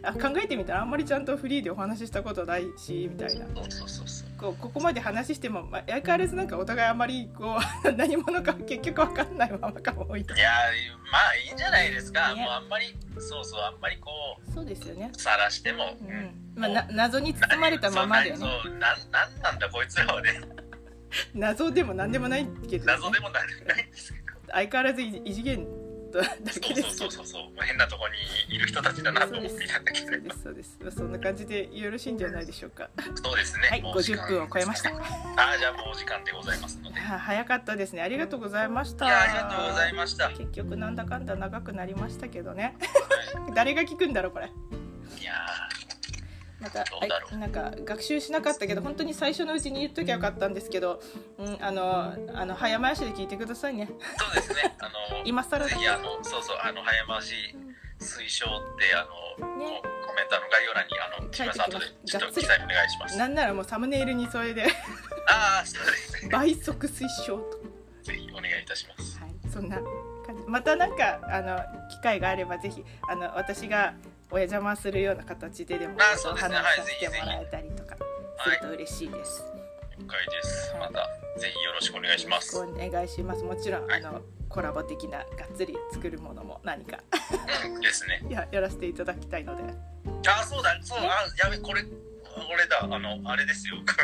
Speaker 1: あ考えてみたらあんまりちゃんとフリーでお話ししたことないしみたいな
Speaker 2: そうそうそうそう
Speaker 1: こうここまで話しても、まあ、相変わらずなんかお互いあまりこう 何者か結局わかんないままが多いと
Speaker 2: いやーまあいいんじゃないですか、
Speaker 1: ね
Speaker 2: もうあんまりそうそうあんまりこ
Speaker 1: そうですよね
Speaker 2: うさらしても、
Speaker 1: う
Speaker 2: うん
Speaker 1: んまあ、な謎に包まれたままで
Speaker 2: そう
Speaker 1: ね
Speaker 2: なそうななんなんだこいつらはね
Speaker 1: 謎でも何でもないけど、ね、
Speaker 2: 謎でもなないんですけど
Speaker 1: 相変わらず異異次元だだけです
Speaker 2: そ
Speaker 1: よ
Speaker 2: うそうそうそうそう変なとこにいる人たちだなと思っていたんだけど
Speaker 1: そうですそうですそんな感じでよろしいんじゃないでしょうか
Speaker 2: そうですね、
Speaker 1: はい
Speaker 2: もう時
Speaker 1: 50
Speaker 2: 間
Speaker 1: 分を超えました
Speaker 2: あーじゃあもうお時間でございますのでい
Speaker 1: は早かったですねありがとうございました
Speaker 2: やありがとうございました、はい、
Speaker 1: 結局なんだかんだ長くなりましたけどね 誰が聞くんだろうこれ
Speaker 2: いや
Speaker 1: また
Speaker 2: どうだろう
Speaker 1: あなんか学習しなかったけど本当に最初のうちに言っときゃよかったんですけど、うん、あのあの早回しで聞いてくださいね
Speaker 2: ーそうで すねあの
Speaker 1: 今更だ
Speaker 2: ぜひあのそうそうあの早回し推奨ってあの、
Speaker 1: ね
Speaker 2: こコメントの概要欄にあの
Speaker 1: 書
Speaker 2: 千
Speaker 1: いて
Speaker 2: 葉
Speaker 1: き
Speaker 2: さ
Speaker 1: ま
Speaker 2: ん
Speaker 1: す
Speaker 2: とでちょっ
Speaker 1: がっ
Speaker 2: と
Speaker 1: つり
Speaker 2: 記載お願いします
Speaker 1: なんならもうサムネイルにそれで
Speaker 2: ああそうですね
Speaker 1: 倍速推奨と、
Speaker 2: ぜひお願いいたします
Speaker 1: はい、そんな感じまたなんかあの機会があればぜひあの私がお邪魔するような形ででも
Speaker 2: あ
Speaker 1: ちょっと
Speaker 2: そうですね
Speaker 1: 話さ
Speaker 2: はい
Speaker 1: せて
Speaker 2: ぜひぜ
Speaker 1: も
Speaker 2: ひ
Speaker 1: らえたりとかす
Speaker 2: はい
Speaker 1: ると嬉しいです。
Speaker 2: 了解ですまたぜひよろしくお願いします
Speaker 1: お願いします。もちろん、
Speaker 2: はい
Speaker 1: あのコラボ的ながっつり作るものも何か
Speaker 2: うんですね
Speaker 1: ややらせていただきたいので。
Speaker 2: ああそうだそうあやべこれこれだあのあれですよ 今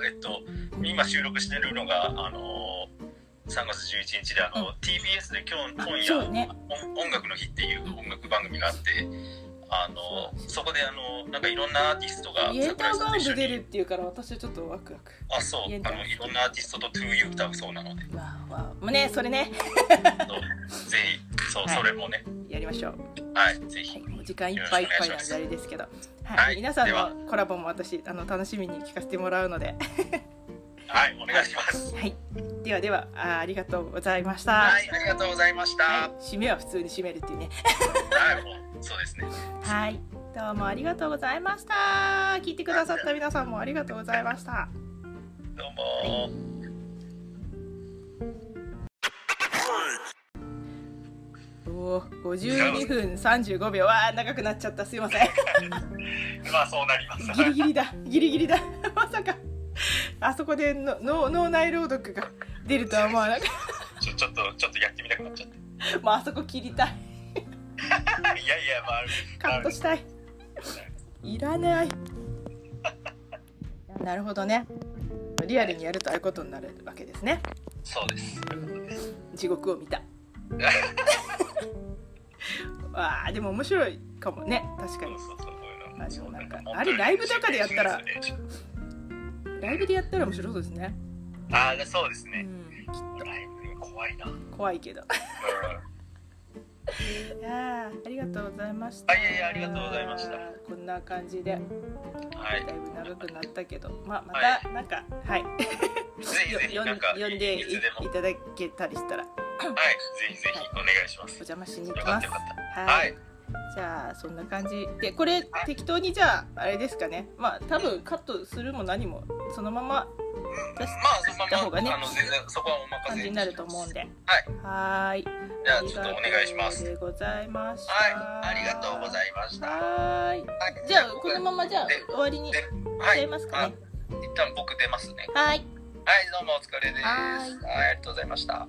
Speaker 2: 日えっと今収録してるのがあの3月11日であの、
Speaker 1: う
Speaker 2: TBS で今日
Speaker 1: あ
Speaker 2: 今
Speaker 1: そう
Speaker 2: 夜、
Speaker 1: ね
Speaker 2: 音音楽の日っていう音楽番組があってあのそこであのなんかいろんなアーティストが
Speaker 1: イエータ
Speaker 2: 桜井
Speaker 1: ー
Speaker 2: さん
Speaker 1: ガ
Speaker 2: と
Speaker 1: ー
Speaker 2: 一緒
Speaker 1: ル出
Speaker 2: に
Speaker 1: るっていうから私はちょっとワクワク。
Speaker 2: あそう
Speaker 1: イエータ
Speaker 2: あ
Speaker 1: ー
Speaker 2: のいろんなアーティストと「TOYOU」歌うそうなので
Speaker 1: わあわあ。もうねそれね
Speaker 2: そうぜひそう、
Speaker 1: はい
Speaker 2: それもね
Speaker 1: やりましょう。
Speaker 2: はいぜ
Speaker 1: は
Speaker 2: ひ
Speaker 1: い。もう時間いっぱいいっぱいなんであれですけど。はい。
Speaker 2: はい
Speaker 1: 皆さん
Speaker 2: では
Speaker 1: のコラボも私あの楽しみに聞かせてもらうので。
Speaker 2: はいお願いします
Speaker 1: はい。ではではあありがとうございました。
Speaker 2: はいありがとうございました
Speaker 1: はい
Speaker 2: は
Speaker 1: 締めは普通に締めるっていうね。
Speaker 2: いもうそうですね
Speaker 1: はい。どうもありがとうございました。聞いてくださった皆さんもありがとうございました。
Speaker 2: どうも
Speaker 1: おー52分35秒わあ長くなっちゃったすいま せん
Speaker 2: まあそうなります
Speaker 1: ギリギリだギリギリだ まさかあそこでのの脳内朗読が出るとは思わなかっ
Speaker 2: ちょちょっとちょっとやってみた くなっちゃった
Speaker 1: もうあそこ切りたい
Speaker 2: たいやいやまあ
Speaker 1: カットしたいいらない なるほどねリアルにやるとああいうことになるわけですね
Speaker 2: そうです
Speaker 1: 地獄を見 たわあでも面白いかもね確か
Speaker 2: そ
Speaker 1: に
Speaker 2: うそうそうこういうの
Speaker 1: あでもなんか
Speaker 2: そう
Speaker 1: あれライブとかでやったら
Speaker 2: そうですね
Speaker 1: ライブでやったら面白そうですね、
Speaker 2: あーそうです
Speaker 1: う
Speaker 2: ね
Speaker 1: ん、
Speaker 2: ライブ怖いなうん
Speaker 1: 怖いけどいやーありがとうございました。
Speaker 2: あいやいやありがとうございました
Speaker 1: こんな感じで
Speaker 2: はい
Speaker 1: だいぶ長くなったけど、まあま
Speaker 2: は
Speaker 1: たなんかはい、
Speaker 2: ぜひぜひ
Speaker 1: よ
Speaker 2: なんか
Speaker 1: 呼んでい
Speaker 2: いつでも
Speaker 1: いただけたりしたら
Speaker 2: はいぜひぜひお願いしま
Speaker 1: お
Speaker 2: す
Speaker 1: 邪魔しに行
Speaker 2: よ
Speaker 1: き
Speaker 2: か
Speaker 1: ま
Speaker 2: っ
Speaker 1: す。
Speaker 2: たよかっ
Speaker 1: は
Speaker 2: たはい
Speaker 1: じゃあそんな感じでこれ適当にじゃああれですかね。まあ多分カットするも何もそのまま
Speaker 2: ま
Speaker 1: 出し
Speaker 2: あその
Speaker 1: た方が
Speaker 2: ま
Speaker 1: ね
Speaker 2: まあの全然そこはお任せ
Speaker 1: 感じになると思うんで。
Speaker 2: はい
Speaker 1: はーい。
Speaker 2: じゃあちょっとお願いします
Speaker 1: ありがとうございました。
Speaker 2: はいありがとうございましたは
Speaker 1: はーい。
Speaker 2: い
Speaker 1: じゃあこのままじゃあ終わりにし
Speaker 2: で
Speaker 1: ち
Speaker 2: は
Speaker 1: ゃ
Speaker 2: い
Speaker 1: いますかね。
Speaker 2: 一旦僕出ますね
Speaker 1: はい。
Speaker 2: はいどうもお疲れです
Speaker 3: は
Speaker 2: はいいありがとうございました